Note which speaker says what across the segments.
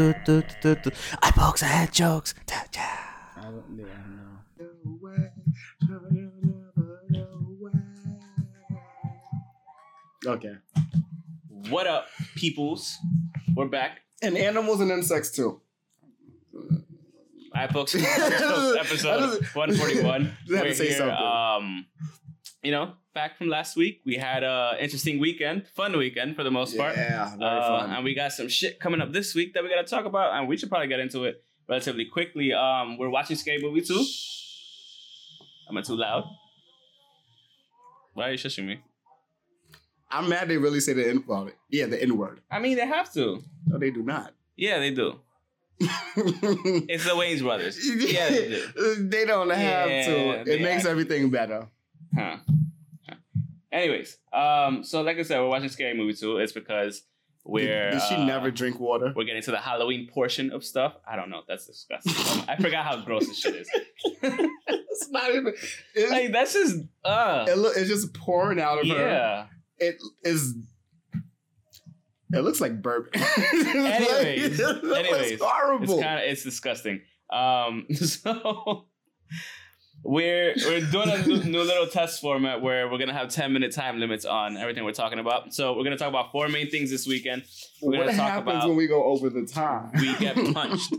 Speaker 1: I pokes, I had jokes. Ta- ta.
Speaker 2: I don't, yeah, no. Okay.
Speaker 3: What up, peoples? We're back.
Speaker 2: And animals and insects too.
Speaker 3: Hi, folks. episode one forty one.
Speaker 2: You had to say something.
Speaker 3: Um, you know, back from last week, we had a interesting weekend, fun weekend for the most part.
Speaker 2: Yeah, very
Speaker 3: Uh,
Speaker 2: fun.
Speaker 3: and we got some shit coming up this week that we got to talk about, and we should probably get into it relatively quickly. Um, we're watching Scary Movie 2. Am I too loud? Why are you shushing me?
Speaker 2: I'm mad they really say the N well, yeah, the N word.
Speaker 3: I mean, they have to.
Speaker 2: No, they do not.
Speaker 3: Yeah, they do. It's the Wayne's Brothers. Yeah, they do.
Speaker 2: they don't have
Speaker 3: Yeah,
Speaker 2: to. It
Speaker 3: they
Speaker 2: makes
Speaker 3: act-
Speaker 2: everything better.
Speaker 3: Huh. Huh. Anyways, um, so like I said, we're watching Scary Movie 2. It's because we're
Speaker 2: Did, did she
Speaker 3: uh,
Speaker 2: never drink water?
Speaker 3: we're getting to the Halloween portion of stuff. I don't know. That's disgusting. Um, I forgot how gross this shit is.
Speaker 2: It's not even. It's,
Speaker 3: Like that's just uh
Speaker 2: it look, it's just pouring out of her.
Speaker 3: yeah.
Speaker 2: It is. It looks like burp.
Speaker 3: Anyways,
Speaker 2: it looks
Speaker 3: anyways, It's
Speaker 2: horrible.
Speaker 3: kind of it's disgusting. Um, so we're we're doing a new, new little test format where we're gonna have ten minute time limits on everything we're talking about. So we're gonna talk about four main things this weekend. we're
Speaker 2: what
Speaker 3: gonna talk
Speaker 2: happens
Speaker 3: about-
Speaker 2: when we go over the time?
Speaker 3: We get punched.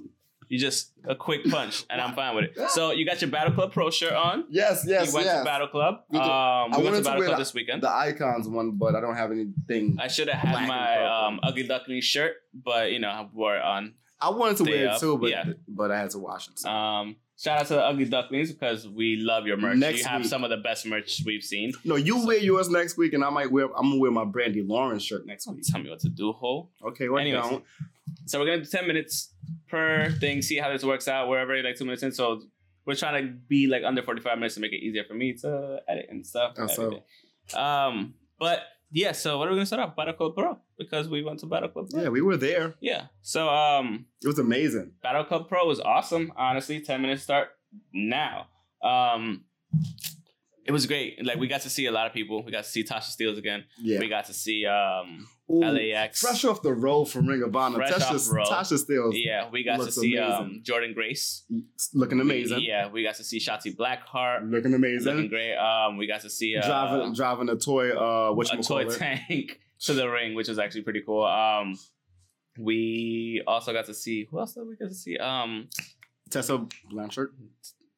Speaker 3: You just a quick punch, and I'm fine with it. So you got your Battle Club Pro shirt on.
Speaker 2: yes, yes,
Speaker 3: you went to
Speaker 2: yes.
Speaker 3: Battle Club.
Speaker 2: We did.
Speaker 3: Um,
Speaker 2: I
Speaker 3: we went to
Speaker 2: wanted to
Speaker 3: Battle
Speaker 2: wear
Speaker 3: Club
Speaker 2: the-
Speaker 3: this weekend.
Speaker 2: The icons one, but I don't have anything.
Speaker 3: I should have
Speaker 2: Black
Speaker 3: had
Speaker 2: and
Speaker 3: my
Speaker 2: purple.
Speaker 3: um, ugly duckling shirt, but you know I wore it on.
Speaker 2: I wanted to
Speaker 3: Stay
Speaker 2: wear
Speaker 3: up,
Speaker 2: it too, but
Speaker 3: yeah.
Speaker 2: but I had to wash it. So.
Speaker 3: Um, shout out to the ugly ducklings because we love your merch.
Speaker 2: Next
Speaker 3: you have
Speaker 2: week.
Speaker 3: some of the best merch we've seen.
Speaker 2: no, you wear yours next week, and I might wear. I'm gonna wear my Brandy Lawrence shirt next
Speaker 3: Don't
Speaker 2: week.
Speaker 3: tell me what to do, ho.
Speaker 2: Okay, well,
Speaker 3: Anyways.
Speaker 2: don't.
Speaker 3: So we're gonna do ten minutes per thing. See how this works out. We're already like two minutes in, so we're trying to be like under forty-five minutes to make it easier for me to edit and stuff.
Speaker 2: Oh, so-
Speaker 3: everything. Um, but yeah. So what are we gonna start off? Battle Club Pro because we went to Battle Club. Pro.
Speaker 2: Yeah, we were there.
Speaker 3: Yeah. So um,
Speaker 2: It was amazing.
Speaker 3: Battle Club Pro was awesome. Honestly, ten minutes start now. Um, it was great. Like we got to see a lot of people. We got to see Tasha Steeles again.
Speaker 2: Yeah,
Speaker 3: We got to see um,
Speaker 2: Ooh,
Speaker 3: LAX.
Speaker 2: fresh off the road from Ring of Honor,
Speaker 3: Fresh
Speaker 2: Tasha,
Speaker 3: off road.
Speaker 2: Tasha Steele
Speaker 3: Yeah, we got to
Speaker 2: Looks
Speaker 3: see um,
Speaker 2: amazing.
Speaker 3: Jordan Grace.
Speaker 2: looking amazing,
Speaker 3: Yeah, we got to see Shotzi Blackheart.
Speaker 2: looking
Speaker 3: Looking
Speaker 2: amazing,
Speaker 3: great. Um, we got to see uh,
Speaker 2: driving driving a toy uh, what
Speaker 3: a
Speaker 2: you
Speaker 3: toy
Speaker 2: call it?
Speaker 3: tank to the ring, which was actually pretty cool. Um, we also got to see who else did we get to see? Um,
Speaker 2: Tessa Blanchard.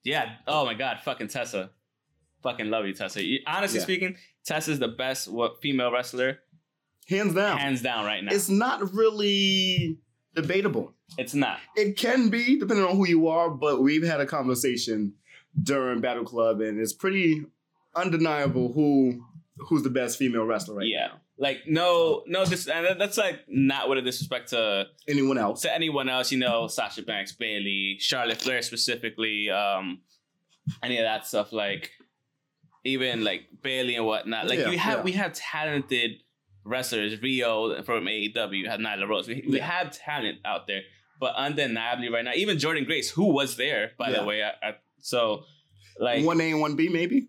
Speaker 3: Yeah. Oh my God. Fucking Tessa. Fucking love you, Tessa. You- honestly
Speaker 2: Yeah.
Speaker 3: speaking, Tessa's the best what, female wrestler,
Speaker 2: Hands down,
Speaker 3: hands down, right now. It's,
Speaker 2: it's not really debatable.
Speaker 3: not.
Speaker 2: It can be, depending on who you are, but we've had a conversation during Battle Club, and it's pretty undeniable who who's the best female wrestler right
Speaker 3: Yeah.
Speaker 2: now.
Speaker 3: Like no, no. This and that- that's like not with a disrespect to
Speaker 2: Anyone else?
Speaker 3: to anyone else. You know,
Speaker 2: Mm-hmm.
Speaker 3: Sasha Banks, Bailey, Charlotte Flair specifically. Um, any of that stuff. Like even like Bailey and whatnot. Like
Speaker 2: Yeah,
Speaker 3: you have
Speaker 2: yeah.
Speaker 3: we have talented wrestlers. Rio from AEW you have Nyla Rose. We, we
Speaker 2: Yeah.
Speaker 3: have talent out there, but undeniably right now, even Jordan Grace, who was there by
Speaker 2: Yeah.
Speaker 3: the way. I, I, so like
Speaker 2: one A and one B, maybe.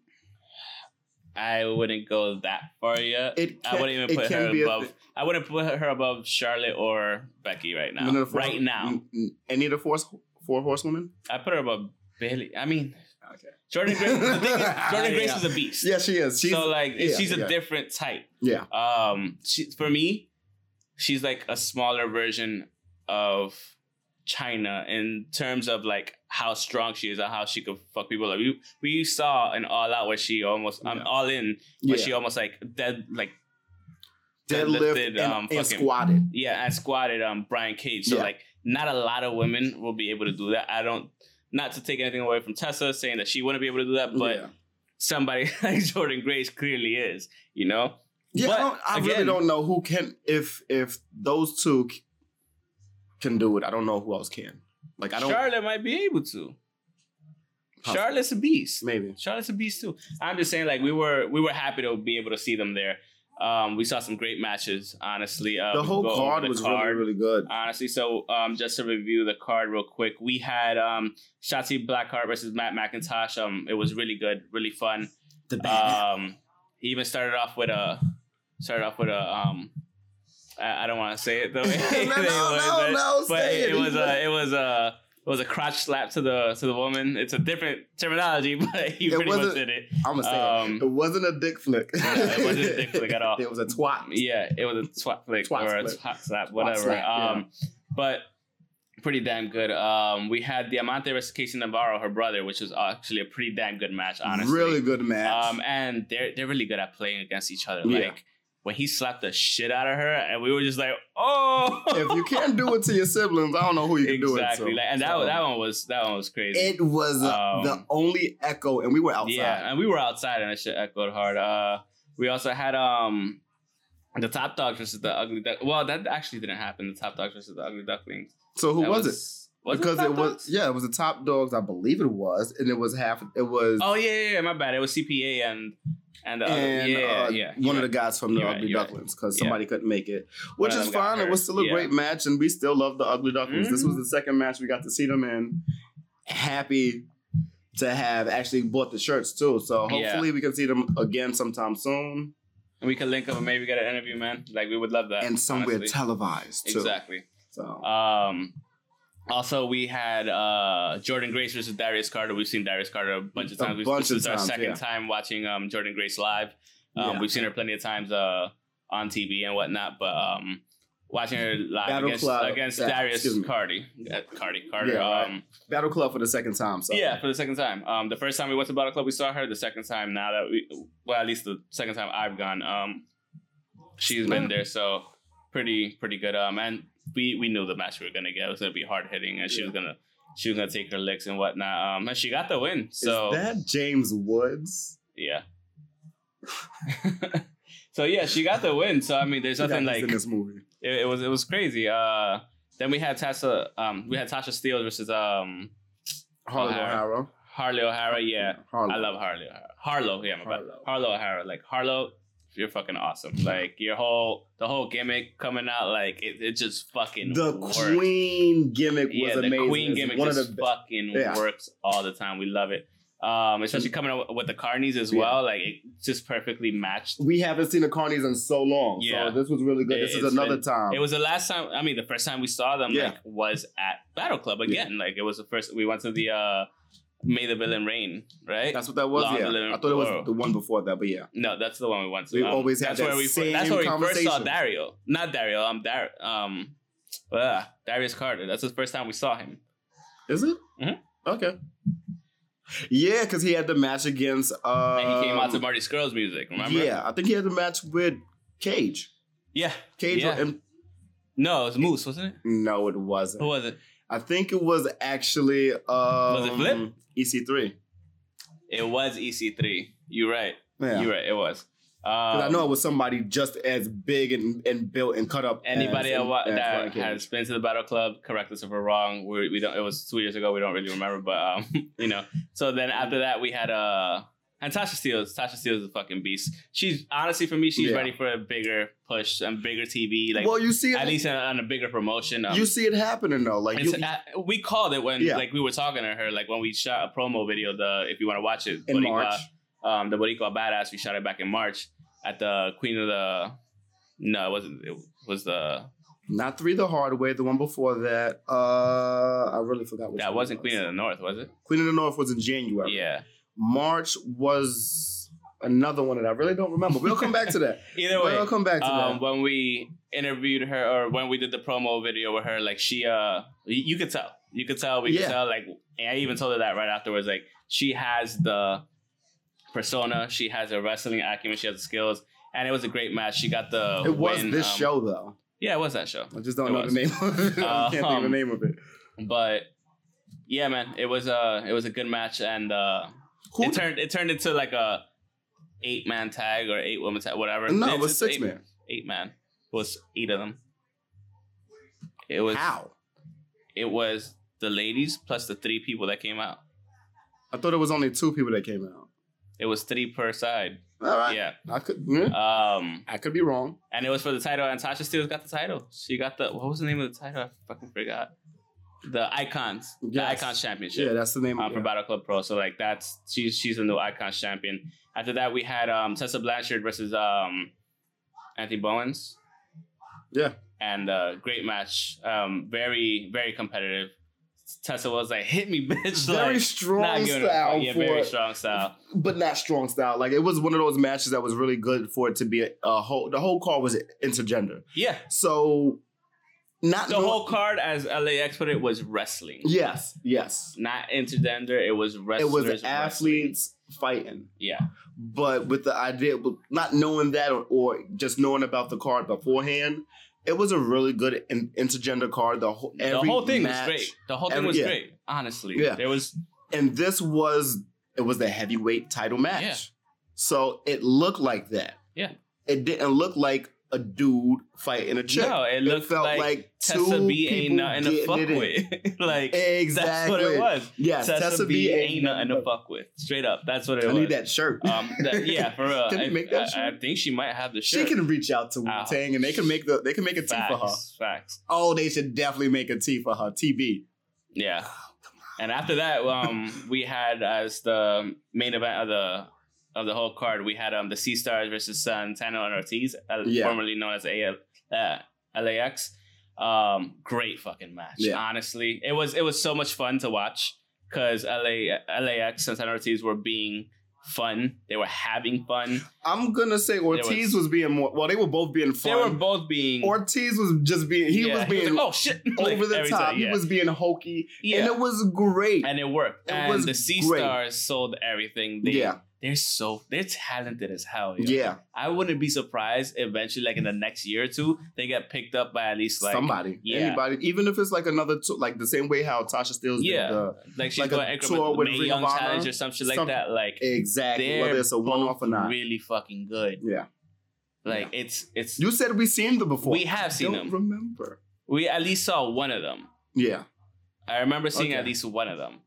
Speaker 3: I wouldn't go that far yet.
Speaker 2: It
Speaker 3: I wouldn't even
Speaker 2: it
Speaker 3: put
Speaker 2: can
Speaker 3: her
Speaker 2: be a
Speaker 3: above.
Speaker 2: thi-
Speaker 3: I wouldn't put her above Charlotte or Becky right now.
Speaker 2: none of the four-
Speaker 3: Right now,
Speaker 2: n- n- any of the four four horsewomen.
Speaker 3: I put her above Bailey. I mean,
Speaker 2: Okay.
Speaker 3: Jordan Grace. the thing is, Jordan Grace
Speaker 2: Yeah.
Speaker 3: is a beast.
Speaker 2: Yeah, she is. She's
Speaker 3: so like,
Speaker 2: yeah,
Speaker 3: she's a
Speaker 2: yeah.
Speaker 3: different type.
Speaker 2: yeah,
Speaker 3: Um, she, for me, she's like a smaller version of China in terms of like how strong she is and how she could fuck people. Like we we saw an all out where she almost um,
Speaker 2: Yeah.
Speaker 3: all in
Speaker 2: yeah.
Speaker 3: where she almost like dead like
Speaker 2: deadlifted
Speaker 3: deadlifted,
Speaker 2: and,
Speaker 3: um,
Speaker 2: and
Speaker 3: fucking-
Speaker 2: squatted.
Speaker 3: yeah, I squatted um Brian Cage. So
Speaker 2: Yeah.
Speaker 3: like not a lot of women will be able to do that. I don't not to take anything away from Tessa saying that she wouldn't be able to do that, but
Speaker 2: yeah,
Speaker 3: somebody like Jordan Grace clearly is, you know?
Speaker 2: yeah
Speaker 3: but
Speaker 2: I, don't, I
Speaker 3: again-
Speaker 2: really don't know who can if if those two c- can do it. I don't know who else can. Like I don't
Speaker 3: Charlotte might be able to.
Speaker 2: Possible.
Speaker 3: Charlotte's a beast.
Speaker 2: maybe.
Speaker 3: Charlotte's a beast too. I'm just saying like we were we were happy to be able to see them there. Um, we saw some great matches, honestly. Uh,
Speaker 2: the
Speaker 3: we
Speaker 2: whole
Speaker 3: can go over
Speaker 2: card
Speaker 3: the Uh,
Speaker 2: was really, really good.
Speaker 3: honestly. So um, just to review the card real quick, we had um, Shotzi Blackheart versus Matt McIntosh. Um, it was really good, really fun.
Speaker 2: The bad.
Speaker 3: Um, he even started off with a started off with a um, I, I don't want to say it the way they
Speaker 2: no, no,
Speaker 3: wanted
Speaker 2: no,
Speaker 3: it,
Speaker 2: no,
Speaker 3: but
Speaker 2: say
Speaker 3: it, it was
Speaker 2: It
Speaker 3: a it was a it was a crotch slap to the to the woman. It's a different terminology, but he
Speaker 2: It
Speaker 3: pretty much
Speaker 2: wasn't-
Speaker 3: did it.
Speaker 2: I'm gonna say
Speaker 3: um,
Speaker 2: it. it wasn't a dick flick.
Speaker 3: it wasn't a dick flick at all.
Speaker 2: It was a twat.
Speaker 3: Yeah, it was a twat flick
Speaker 2: Twat
Speaker 3: or
Speaker 2: flick.
Speaker 3: a twat slap, whatever.
Speaker 2: slap, yeah.
Speaker 3: um, but pretty damn good. Um, we had Diamante versus Casey Navarro, her brother, which was actually a pretty damn good match, honestly.
Speaker 2: Really good match.
Speaker 3: Um, and they're they're really good at playing against each other.
Speaker 2: Yeah.
Speaker 3: Like when he slapped the shit out of her, and we were just like, oh,
Speaker 2: if you can't do it to your siblings, I don't know who you can do it to.
Speaker 3: exactly. Like, and that
Speaker 2: So-
Speaker 3: that one was that one was crazy.
Speaker 2: It was uh the
Speaker 3: Um,
Speaker 2: only echo, and we were outside.
Speaker 3: Yeah, uh, and we were outside and that shit echoed hard. Uh, we also had um the top dogs versus the ugly duck. Well, that actually didn't happen. The top dogs versus the ugly ducklings.
Speaker 2: So who
Speaker 3: That
Speaker 2: was, it?
Speaker 3: Was
Speaker 2: because
Speaker 3: it,
Speaker 2: it,
Speaker 3: Top
Speaker 2: was
Speaker 3: Dogs?
Speaker 2: yeah, it was the top dogs, I believe it was, and it was half. It was
Speaker 3: Oh yeah, yeah, yeah, my bad. It was CPA and and the
Speaker 2: and
Speaker 3: other, yeah,
Speaker 2: uh,
Speaker 3: yeah,
Speaker 2: one
Speaker 3: yeah.
Speaker 2: of the guys from the
Speaker 3: You're right,
Speaker 2: Ugly
Speaker 3: you're right.
Speaker 2: Ducklings because
Speaker 3: Yeah.
Speaker 2: somebody couldn't make it,
Speaker 3: One
Speaker 2: which
Speaker 3: of
Speaker 2: is
Speaker 3: them got
Speaker 2: fine. It
Speaker 3: hurt.
Speaker 2: was still a
Speaker 3: Yeah.
Speaker 2: great match, and we still love the Ugly Ducklings. This
Speaker 3: Mhm.
Speaker 2: was the second match we got to see them in. Happy to have actually bought the shirts too, so
Speaker 3: Yeah.
Speaker 2: hopefully we can see them again sometime soon
Speaker 3: And we could link up and maybe get an interview, man. Like we would love that.
Speaker 2: and somewhere
Speaker 3: honestly.
Speaker 2: televised too.
Speaker 3: exactly.
Speaker 2: So
Speaker 3: Um, also, we had uh, Jordan Grace versus Darius Carter. We've seen Darius Carter a bunch of
Speaker 2: A
Speaker 3: times. We-
Speaker 2: bunch
Speaker 3: this
Speaker 2: of
Speaker 3: is our
Speaker 2: times,
Speaker 3: second
Speaker 2: yeah.
Speaker 3: time watching um, Jordan Grace live. Um,
Speaker 2: Yeah.
Speaker 3: We've seen her plenty of times uh, on TV and whatnot, but um, watching her live
Speaker 2: Battle
Speaker 3: against,
Speaker 2: Club,
Speaker 3: against
Speaker 2: yeah, excuse
Speaker 3: Darius
Speaker 2: me.
Speaker 3: Cardi, uh, Cardi Carter.
Speaker 2: Yeah, right.
Speaker 3: um,
Speaker 2: Battle Club for the second time. So
Speaker 3: yeah, for the second time. Um, the first time we went to Battle Club, we saw her. The second time, now that we, well, at least the second time I've gone, um, she's been there. So pretty, pretty good. Um, and we we knew the match we were gonna get it was gonna be hard hitting, and she was gonna she was gonna take her licks and whatnot. Um, and she got the win. So
Speaker 2: is that James Woods?
Speaker 3: yeah. so yeah, she got the win. So I mean, there's nothing
Speaker 2: He's
Speaker 3: like
Speaker 2: in this movie.
Speaker 3: it, it was it was crazy. Uh, then we had Tasha um we had Tasha Steele versus um
Speaker 2: Harley
Speaker 3: O'Hara.
Speaker 2: O'Hara.
Speaker 3: Harley O'Hara. Yeah.
Speaker 2: Harley.
Speaker 3: I love Harlow. Harlow, yeah, my bad.
Speaker 2: Harlow.
Speaker 3: Harlow O'Hara. Like Harlow, you're fucking awesome. Like your whole the whole gimmick coming out, like it, it just fucking
Speaker 2: The
Speaker 3: works.
Speaker 2: Queen gimmick was
Speaker 3: yeah, the
Speaker 2: amazing.
Speaker 3: Queen
Speaker 2: It's
Speaker 3: gimmick
Speaker 2: one of
Speaker 3: just
Speaker 2: the best.
Speaker 3: fucking
Speaker 2: yeah.
Speaker 3: works all the time. We love it. Um, especially coming out with the Carnies as
Speaker 2: Yeah.
Speaker 3: well. Like it just perfectly matched.
Speaker 2: We haven't seen the Carnies in so long.
Speaker 3: Yeah.
Speaker 2: So this was really good.
Speaker 3: It-
Speaker 2: this
Speaker 3: it's
Speaker 2: is another
Speaker 3: been-
Speaker 2: time.
Speaker 3: It was the last time. I mean, the first time we saw them
Speaker 2: Yeah.
Speaker 3: like was at Battle Club again. Like it was the first. We went to the uh, May the Villain Rain, right?
Speaker 2: That's what that was.
Speaker 3: Long
Speaker 2: Yeah.
Speaker 3: Live
Speaker 2: I thought it
Speaker 3: Laurel.
Speaker 2: was the one before that, but yeah.
Speaker 3: No, that's the one we went to. um,
Speaker 2: We always had
Speaker 3: that's
Speaker 2: that
Speaker 3: where we,
Speaker 2: same
Speaker 3: That's where we first saw
Speaker 2: conversation.
Speaker 3: Dario. Not Dario. Um, Dar- um, uh, Darius Carter. That's the first time we saw him.
Speaker 2: Is it?
Speaker 3: Mhm.
Speaker 2: Okay. Yeah, because he had the match against. Uh,
Speaker 3: And he came out to Marty Skrull's music. Remember?
Speaker 2: Yeah, I think he had the match with Cage.
Speaker 3: Yeah.
Speaker 2: Cage
Speaker 3: Yeah.
Speaker 2: and
Speaker 3: No, it was Moose, wasn't it?
Speaker 2: no, it
Speaker 3: Who
Speaker 2: wasn't.
Speaker 3: was it?
Speaker 2: I think it was actually. E Um, was
Speaker 3: it Flip?
Speaker 2: EC3.
Speaker 3: It was E EC3. You're right.
Speaker 2: Yeah.
Speaker 3: You're right. It was. Um,
Speaker 2: 'Cause I know it was somebody just as big and, and built and cut up.
Speaker 3: Anybody
Speaker 2: as,
Speaker 3: that wa-
Speaker 2: as
Speaker 3: that
Speaker 2: Brian Cage.
Speaker 3: has been to the Battle Club, correct us if we're wrong. We, we don't. It was two years ago. We don't really remember, but um, you know. So then after that, we had uh, and Tasha Steele. Tasha Steele is a fucking beast. She's honestly for me, she's
Speaker 2: Yeah.
Speaker 3: ready for a bigger push and bigger TV, like
Speaker 2: well, you see,
Speaker 3: at
Speaker 2: it,
Speaker 3: least on, on a bigger promotion. Um,
Speaker 2: you see it happening though. Like you,
Speaker 3: it's- uh, we called it when
Speaker 2: Yeah.
Speaker 3: like we were talking to her, like when we shot a promo video. The if you want to watch it,
Speaker 2: in
Speaker 3: Boricua-
Speaker 2: March,
Speaker 3: um, the Boricua Badass. We shot it back in March at the Queen of the. No, it wasn't. It was the
Speaker 2: not three the hard way. The one before that, uh, I really forgot. Which
Speaker 3: that
Speaker 2: one
Speaker 3: wasn't
Speaker 2: it was.
Speaker 3: Queen of the North, was it?
Speaker 2: Queen of the North was in January.
Speaker 3: Yeah.
Speaker 2: March was another one that I really don't remember. We'll come back to that.
Speaker 3: Either way,
Speaker 2: we'll come back to
Speaker 3: um, when we interviewed her or when we did the promo video with her, like she, uh, you, you could tell, you could tell, we
Speaker 2: Yeah.
Speaker 3: could tell. Like, and I even told her that right afterwards. Like, she has the persona, she has a wrestling acumen, she has the skills, and it was a great match. She got the.
Speaker 2: that. It was
Speaker 3: win,
Speaker 2: this
Speaker 3: um,
Speaker 2: show though.
Speaker 3: Yeah, it was that show.
Speaker 2: I just don't
Speaker 3: it
Speaker 2: know
Speaker 3: was.
Speaker 2: the name. Of it. I can't think of the
Speaker 3: Um,
Speaker 2: name of it.
Speaker 3: But yeah, man, it was a it was a good match, and uh,
Speaker 2: Who?
Speaker 3: it turned it turned into like a eight man tag or eight woman tag, whatever.
Speaker 2: no, it
Speaker 3: It's-
Speaker 2: was
Speaker 3: it's
Speaker 2: six
Speaker 3: eight-
Speaker 2: man.
Speaker 3: eight man It was eight of them. It was
Speaker 2: How?
Speaker 3: it was the ladies plus the three people that came out.
Speaker 2: I thought it was only two people that came out.
Speaker 3: It was three per side.
Speaker 2: All right.
Speaker 3: Yeah.
Speaker 2: I could. yeah,
Speaker 3: Um,
Speaker 2: I could be wrong.
Speaker 3: and it was for the title, and Tasha Steele got the title. She got the what was the name of the title? I fucking forgot. The Icons, the
Speaker 2: Yes.
Speaker 3: Icons Championship.
Speaker 2: Yeah, that's the name.
Speaker 3: um,
Speaker 2: of
Speaker 3: for
Speaker 2: it.
Speaker 3: Battle Club Pro. So like that's she's she's the new Icons champion. After that, we had um, Tessa Blanchard versus um, Anthony Bowens.
Speaker 2: Yeah.
Speaker 3: and uh, great match. Um, very very competitive. Tessa was like, "Hit me, bitch!"
Speaker 2: Very
Speaker 3: like, not
Speaker 2: strong
Speaker 3: giving a fuck.
Speaker 2: style
Speaker 3: Yeah,
Speaker 2: for
Speaker 3: very
Speaker 2: it.
Speaker 3: strong style.
Speaker 2: but not strong style. Like it was one of those matches that was really good for it to be a, a whole. The whole card was intergender,
Speaker 3: Yeah,
Speaker 2: so not
Speaker 3: the
Speaker 2: no-
Speaker 3: whole card, as LAX put it, was wrestling.
Speaker 2: Yes, yes.
Speaker 3: Not intergender, it was
Speaker 2: It
Speaker 3: wrestlers.
Speaker 2: was
Speaker 3: wrestling.
Speaker 2: athletes fighting,
Speaker 3: Yeah,
Speaker 2: but with the idea, but not knowing that or, or just knowing about the card beforehand, it was a really good in, intergender card. The whole every
Speaker 3: the whole thing
Speaker 2: match.
Speaker 3: was great. The whole thing
Speaker 2: every-
Speaker 3: was
Speaker 2: yeah.
Speaker 3: great. Honestly,
Speaker 2: Yeah.
Speaker 3: there was
Speaker 2: and this was it was the heavyweight title match.
Speaker 3: Yeah.
Speaker 2: So it looked like that.
Speaker 3: Yeah.
Speaker 2: It didn't look like a dude fighting a chick.
Speaker 3: no. It
Speaker 2: it,
Speaker 3: looked
Speaker 2: felt
Speaker 3: like,
Speaker 2: like,
Speaker 3: Tessa
Speaker 2: two
Speaker 3: B ain't
Speaker 2: people
Speaker 3: nothing to
Speaker 2: getting
Speaker 3: fuck
Speaker 2: it in.
Speaker 3: with. like
Speaker 2: Exactly.
Speaker 3: that's what it was.
Speaker 2: Yes,
Speaker 3: Tessa, B ain't nothing to fuck with. Straight up, that's what it
Speaker 2: I
Speaker 3: was.
Speaker 2: need that shirt.
Speaker 3: Um, that- yeah, for real.
Speaker 2: Can
Speaker 3: I,
Speaker 2: you make that
Speaker 3: I, I
Speaker 2: shirt?
Speaker 3: think she might have the
Speaker 2: she
Speaker 3: shirt.
Speaker 2: can reach out to Wu
Speaker 3: Ah,
Speaker 2: Tang and they can make the they can make a T for her.
Speaker 3: facts, facts.
Speaker 2: Oh, they should definitely make a T for her. TB.
Speaker 3: Yeah. And after that, um, we had as the main event of the of the whole card, we had um the Sea Stars versus Santana and Ortiz, uh,
Speaker 2: Yeah.
Speaker 3: formerly known as AL, uh, LAX. Um, great fucking match.
Speaker 2: Yeah.
Speaker 3: Honestly, it was it was so much fun to watch because LA LAX and Santana Ortiz were being fun. They were having fun.
Speaker 2: I'm gonna say Ortiz
Speaker 3: was-
Speaker 2: was, being more. Well, they were both being fun.
Speaker 3: They were both being.
Speaker 2: Ortiz was just being. He
Speaker 3: yeah,
Speaker 2: was being
Speaker 3: like, oh shit Like,
Speaker 2: over the
Speaker 3: every
Speaker 2: top.
Speaker 3: time,
Speaker 2: He
Speaker 3: yeah.
Speaker 2: was being hokey,
Speaker 3: yeah.
Speaker 2: and it was great.
Speaker 3: and it worked.
Speaker 2: It
Speaker 3: and
Speaker 2: was
Speaker 3: the Sea
Speaker 2: great.
Speaker 3: Stars sold everything. They,
Speaker 2: yeah,
Speaker 3: they're so they're talented as hell. yo.
Speaker 2: yeah.
Speaker 3: I wouldn't be surprised eventually, like in the next year or two, they get picked up by at least like
Speaker 2: Somebody,
Speaker 3: yeah.
Speaker 2: anybody, even if it's like another, t- like the same way how Tasha Steele's
Speaker 3: Yeah.
Speaker 2: did the
Speaker 3: like she's
Speaker 2: like a
Speaker 3: going to
Speaker 2: tour with
Speaker 3: May
Speaker 2: Ring
Speaker 3: Young
Speaker 2: of Honor,
Speaker 3: Challenge or some shit like
Speaker 2: something.
Speaker 3: that. Like
Speaker 2: exactly
Speaker 3: they're
Speaker 2: whether it's a one off or not.
Speaker 3: really fucking good.
Speaker 2: yeah,
Speaker 3: Like it's it's
Speaker 2: you said we've seen them before.
Speaker 3: we have seen
Speaker 2: Don't
Speaker 3: them.
Speaker 2: remember.
Speaker 3: we at least saw one of them.
Speaker 2: Yeah,
Speaker 3: I remember seeing
Speaker 2: Okay.
Speaker 3: at least one of them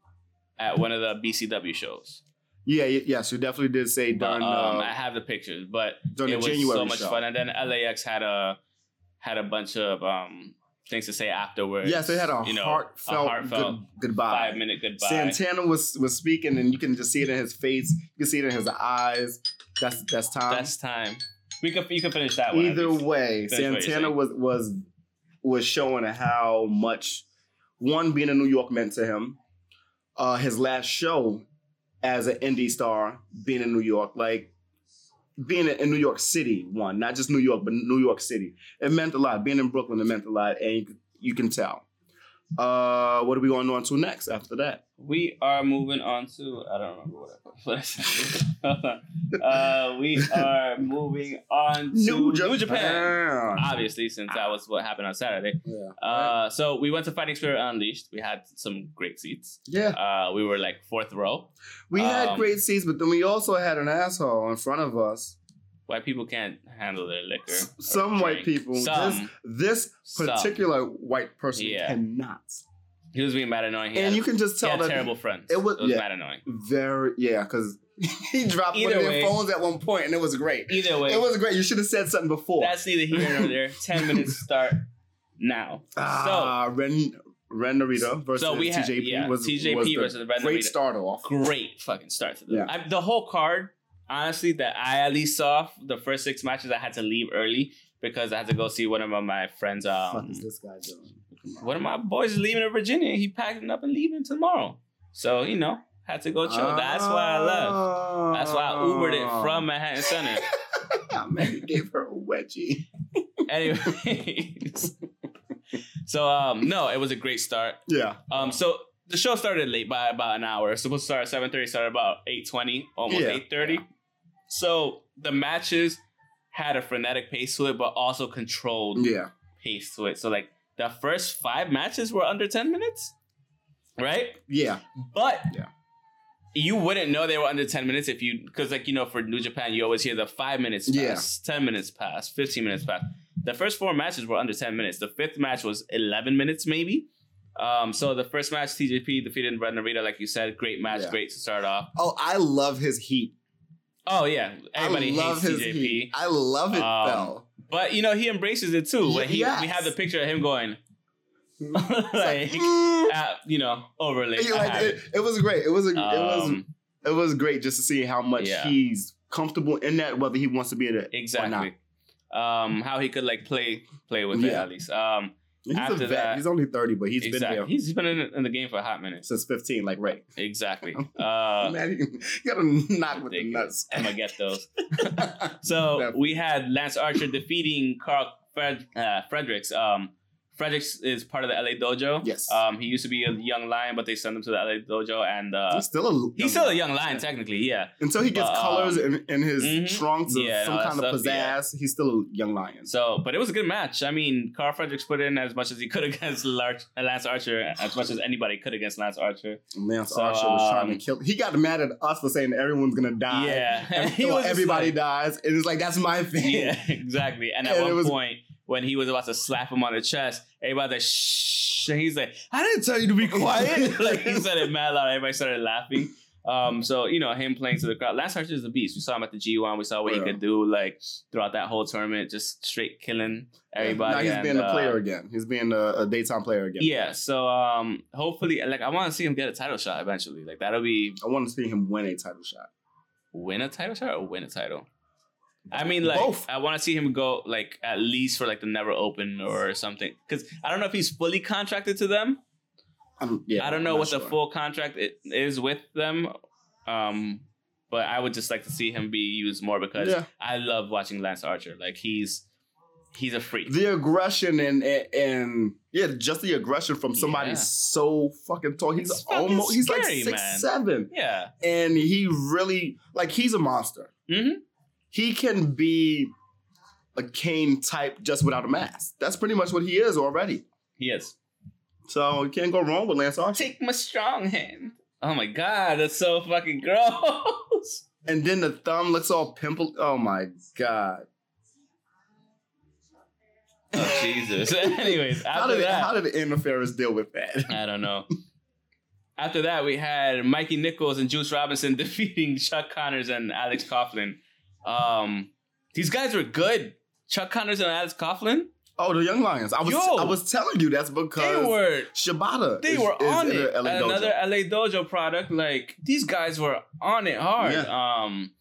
Speaker 3: at one of the BCW shows.
Speaker 2: yeah, y- yes. You definitely did say
Speaker 3: But,
Speaker 2: during
Speaker 3: um, I
Speaker 2: uh,
Speaker 3: have the pictures, but
Speaker 2: during
Speaker 3: it
Speaker 2: the
Speaker 3: was
Speaker 2: January
Speaker 3: so much
Speaker 2: show.
Speaker 3: fun. And then LAX had a had a bunch of um things to say afterwards.
Speaker 2: Yes, they had a
Speaker 3: you know,
Speaker 2: heartfelt,
Speaker 3: a heartfelt
Speaker 2: good- goodbye.
Speaker 3: five minute goodbye.
Speaker 2: Santana was was speaking, and you can just see it in his face. You can see it in his eyes. That's that's time.
Speaker 3: That's time. We could you could finish that one. at
Speaker 2: Either
Speaker 3: least.
Speaker 2: way,
Speaker 3: That's what you're
Speaker 2: Santana
Speaker 3: saying.
Speaker 2: was was was showing how much one being in New York meant to him. Uh, his last show as an indie star being in New York, like being in New York City, one not just New York, but New York City. It meant a lot. Being in Brooklyn, it meant a lot, and you, you can tell. Uh, what are we going on to next after that?
Speaker 3: We are moving on to I don't remember what I what I said. Hold on. uh, we are moving on to New, Japan. Obviously, since that was what happened on Saturday.
Speaker 2: Yeah.
Speaker 3: Uh, so we went to Fighting Spirit Unleashed. We had some great seats.
Speaker 2: yeah.
Speaker 3: Uh, we were like fourth row.
Speaker 2: We
Speaker 3: um,
Speaker 2: had great seats, but then we also had an asshole in front of us.
Speaker 3: White people can't handle their liquor.
Speaker 2: S-
Speaker 3: or
Speaker 2: some white
Speaker 3: drink.
Speaker 2: people,
Speaker 3: Some.
Speaker 2: this
Speaker 3: Some.
Speaker 2: particular white person
Speaker 3: Yeah.
Speaker 2: cannot.
Speaker 3: He was being mad annoying. He
Speaker 2: and
Speaker 3: had,
Speaker 2: you can just
Speaker 3: he
Speaker 2: tell
Speaker 3: had
Speaker 2: that
Speaker 3: terrible friends.
Speaker 2: it was- yeah.
Speaker 3: mad annoying.
Speaker 2: very yeah, because he dropped
Speaker 3: Either
Speaker 2: one of
Speaker 3: way.
Speaker 2: their phones at one point, and it was great.
Speaker 3: Either way,
Speaker 2: It was great. You should have said something before.
Speaker 3: that's neither here nor there. Ten minutes start now.
Speaker 2: ah, Ren Ren Narita versus
Speaker 3: so we had
Speaker 2: TJP
Speaker 3: yeah,
Speaker 2: was
Speaker 3: TJP
Speaker 2: was the
Speaker 3: versus the Red
Speaker 2: great
Speaker 3: Narita.
Speaker 2: start off.
Speaker 3: Great fucking start to the
Speaker 2: Yeah.
Speaker 3: I, the whole card. Honestly, that I at least saw the first six matches. I had to leave early because I had to go see one of my- my friends.
Speaker 2: Fuck
Speaker 3: Um,
Speaker 2: is this guy doing?
Speaker 3: one of my boys is leaving to Virginia. He packing up and leaving tomorrow. So you know, had to go chill. That's why I left.
Speaker 2: left.
Speaker 3: That's why I Ubered
Speaker 2: Oh.
Speaker 3: it from Manhattan Center.
Speaker 2: Ah. Man, he gave her a wedgie.
Speaker 3: Anyways, so um, no, it was a great start.
Speaker 2: Yeah,
Speaker 3: Um, so the show started late by about an hour. It was supposed to start at seven thirty. Started about eight twenty, almost
Speaker 2: Yeah.
Speaker 3: eight thirty. So the matches had a frenetic pace to it, but also controlled
Speaker 2: yeah.
Speaker 3: pace to it. So like the first five matches were under ten minutes, right?
Speaker 2: Yeah,
Speaker 3: But
Speaker 2: Yeah.
Speaker 3: you wouldn't know they were under 10 minutes if you because like you know for New Japan you always hear the five minutes pass, 10 minutes pass, 15 minutes pass. The first four matches were under 10 minutes. The fifth match was 11 minutes maybe. Um, so the first match TJP defeated Red Narita, like you said, great match,
Speaker 2: Yeah.
Speaker 3: great to start off.
Speaker 2: Oh, I love his heat.
Speaker 3: Oh yeah, everybody
Speaker 4: I love
Speaker 3: hates
Speaker 4: his
Speaker 3: TJP.
Speaker 4: heat. I love it
Speaker 3: Um,
Speaker 4: though.
Speaker 3: But you know, he embraces it too. When he,
Speaker 4: Yes.
Speaker 3: we have the picture of him going, like,
Speaker 4: Mm.
Speaker 3: uh, you know, overlay.
Speaker 4: You
Speaker 3: I
Speaker 4: like,
Speaker 3: had
Speaker 4: it,
Speaker 3: it.
Speaker 4: it was great. It was a, it was
Speaker 3: Um,
Speaker 2: It was great just to see how much
Speaker 3: Yeah.
Speaker 2: he's comfortable in that, whether he wants to be in it.
Speaker 3: exactly. Um, how he could like play play with it
Speaker 2: Yeah.
Speaker 3: at least. Um,
Speaker 2: He's a
Speaker 3: After
Speaker 2: vet.
Speaker 3: that-
Speaker 2: he's only thirty, but he's
Speaker 3: exactly.
Speaker 2: been here
Speaker 3: He's been in, in the game for a hot minute.
Speaker 2: since fifteen. Like right,
Speaker 3: Exactly. Uh,
Speaker 2: man, you gotta knock with the nuts.
Speaker 3: ridiculous. I'm gonna get those. so
Speaker 2: Definitely.
Speaker 3: we had Lance Archer defeating Carl Fred, uh, Fredericks. Um, Fredericks is part of the LA Dojo.
Speaker 2: Yes.
Speaker 3: Um, he used to be a young lion, but they sent him to the LA Dojo, and uh,
Speaker 2: he's still a
Speaker 3: he's still a young lion technically. Yeah.
Speaker 2: until he gets
Speaker 3: but, um,
Speaker 2: colors in, in his
Speaker 3: mhm.
Speaker 2: trunks or
Speaker 3: Yeah, and
Speaker 2: some
Speaker 3: all that
Speaker 2: kind of
Speaker 3: stuff, yeah.
Speaker 2: pizzazz. He's still a young lion.
Speaker 3: So, but it was a good match. I mean, Carl Fredericks put in as much as he could against Lar- Lance Archer, as much as anybody could against Lance Archer.
Speaker 2: Lance
Speaker 3: So,
Speaker 2: Archer was trying
Speaker 3: um,
Speaker 2: to kill. He got mad at us for saying everyone's gonna die.
Speaker 3: yeah.
Speaker 2: And
Speaker 3: He
Speaker 2: so
Speaker 3: was just
Speaker 2: everybody
Speaker 3: like-
Speaker 2: dies, and it's like that's my thing.
Speaker 3: Yeah, exactly. And at
Speaker 2: And it
Speaker 3: one
Speaker 2: was-
Speaker 3: point, when he was about to slap him on the chest, everybody was like, shh. And he's like, I didn't tell you to be quiet. like, he said it mad loud. Everybody started laughing. Um, so, you know, him playing to the crowd. Last Archer is a beast. We saw him at the G1. We saw what
Speaker 2: Yeah.
Speaker 3: he could do, like, throughout that whole tournament, just straight killing everybody.
Speaker 2: Now he's
Speaker 3: and,
Speaker 2: being a
Speaker 3: uh,
Speaker 2: player again. He's being a, a daytime player again.
Speaker 3: Yeah, so um, hopefully, like, I want to see him get a title shot eventually. Like, that'll be
Speaker 2: I want to see him win a title shot.
Speaker 3: win a title shot or win a title? I mean, like,
Speaker 2: Both.
Speaker 3: I want to see him go, like, at least for like the never open or something. Because I don't know if he's fully contracted to them.
Speaker 2: I'm, yeah,
Speaker 3: I don't know
Speaker 2: I'm not
Speaker 3: what the
Speaker 2: sure.
Speaker 3: full contract i- is with them. Um, but I would just like to see him be used more because
Speaker 2: Yeah.
Speaker 3: I love watching Lance Archer. Like, he's he's a freak.
Speaker 2: the aggression and, and and yeah, just the aggression from somebody
Speaker 3: Yeah.
Speaker 2: so fucking tall. He's
Speaker 3: It's fucking
Speaker 2: almost he's
Speaker 3: scary,
Speaker 2: like six
Speaker 3: man.
Speaker 2: seven,
Speaker 3: yeah.
Speaker 2: and he really like he's a monster.
Speaker 3: Mhm.
Speaker 2: He can be a Kane type just without a mask. That's pretty much what he is already.
Speaker 3: He is.
Speaker 2: So you can't go wrong with Lance Archer.
Speaker 3: Take my strong hand. Oh my God, that's so fucking gross.
Speaker 2: And then the thumb looks all pimple. Oh my god!
Speaker 3: Oh, Jesus. Anyways, after
Speaker 2: How did
Speaker 3: that.
Speaker 2: how did the interference deal with that?
Speaker 3: I don't know. After that, we had Mikey Nichols and Juice Robinson defeating Chuck Connors and Alex Coughlin. Um, these guys were good. Chuck Connors and Alex Coughlin,
Speaker 2: Oh, the Young Lions. I was
Speaker 3: Yo.
Speaker 2: I was telling you that's
Speaker 3: they
Speaker 2: because
Speaker 3: were
Speaker 2: Shibata.
Speaker 3: they
Speaker 2: is-
Speaker 3: were
Speaker 2: is
Speaker 3: on
Speaker 2: in
Speaker 3: it.
Speaker 2: the LA
Speaker 3: At
Speaker 2: dojo.
Speaker 3: Another LA Dojo product. Like these guys were on it hard. Um,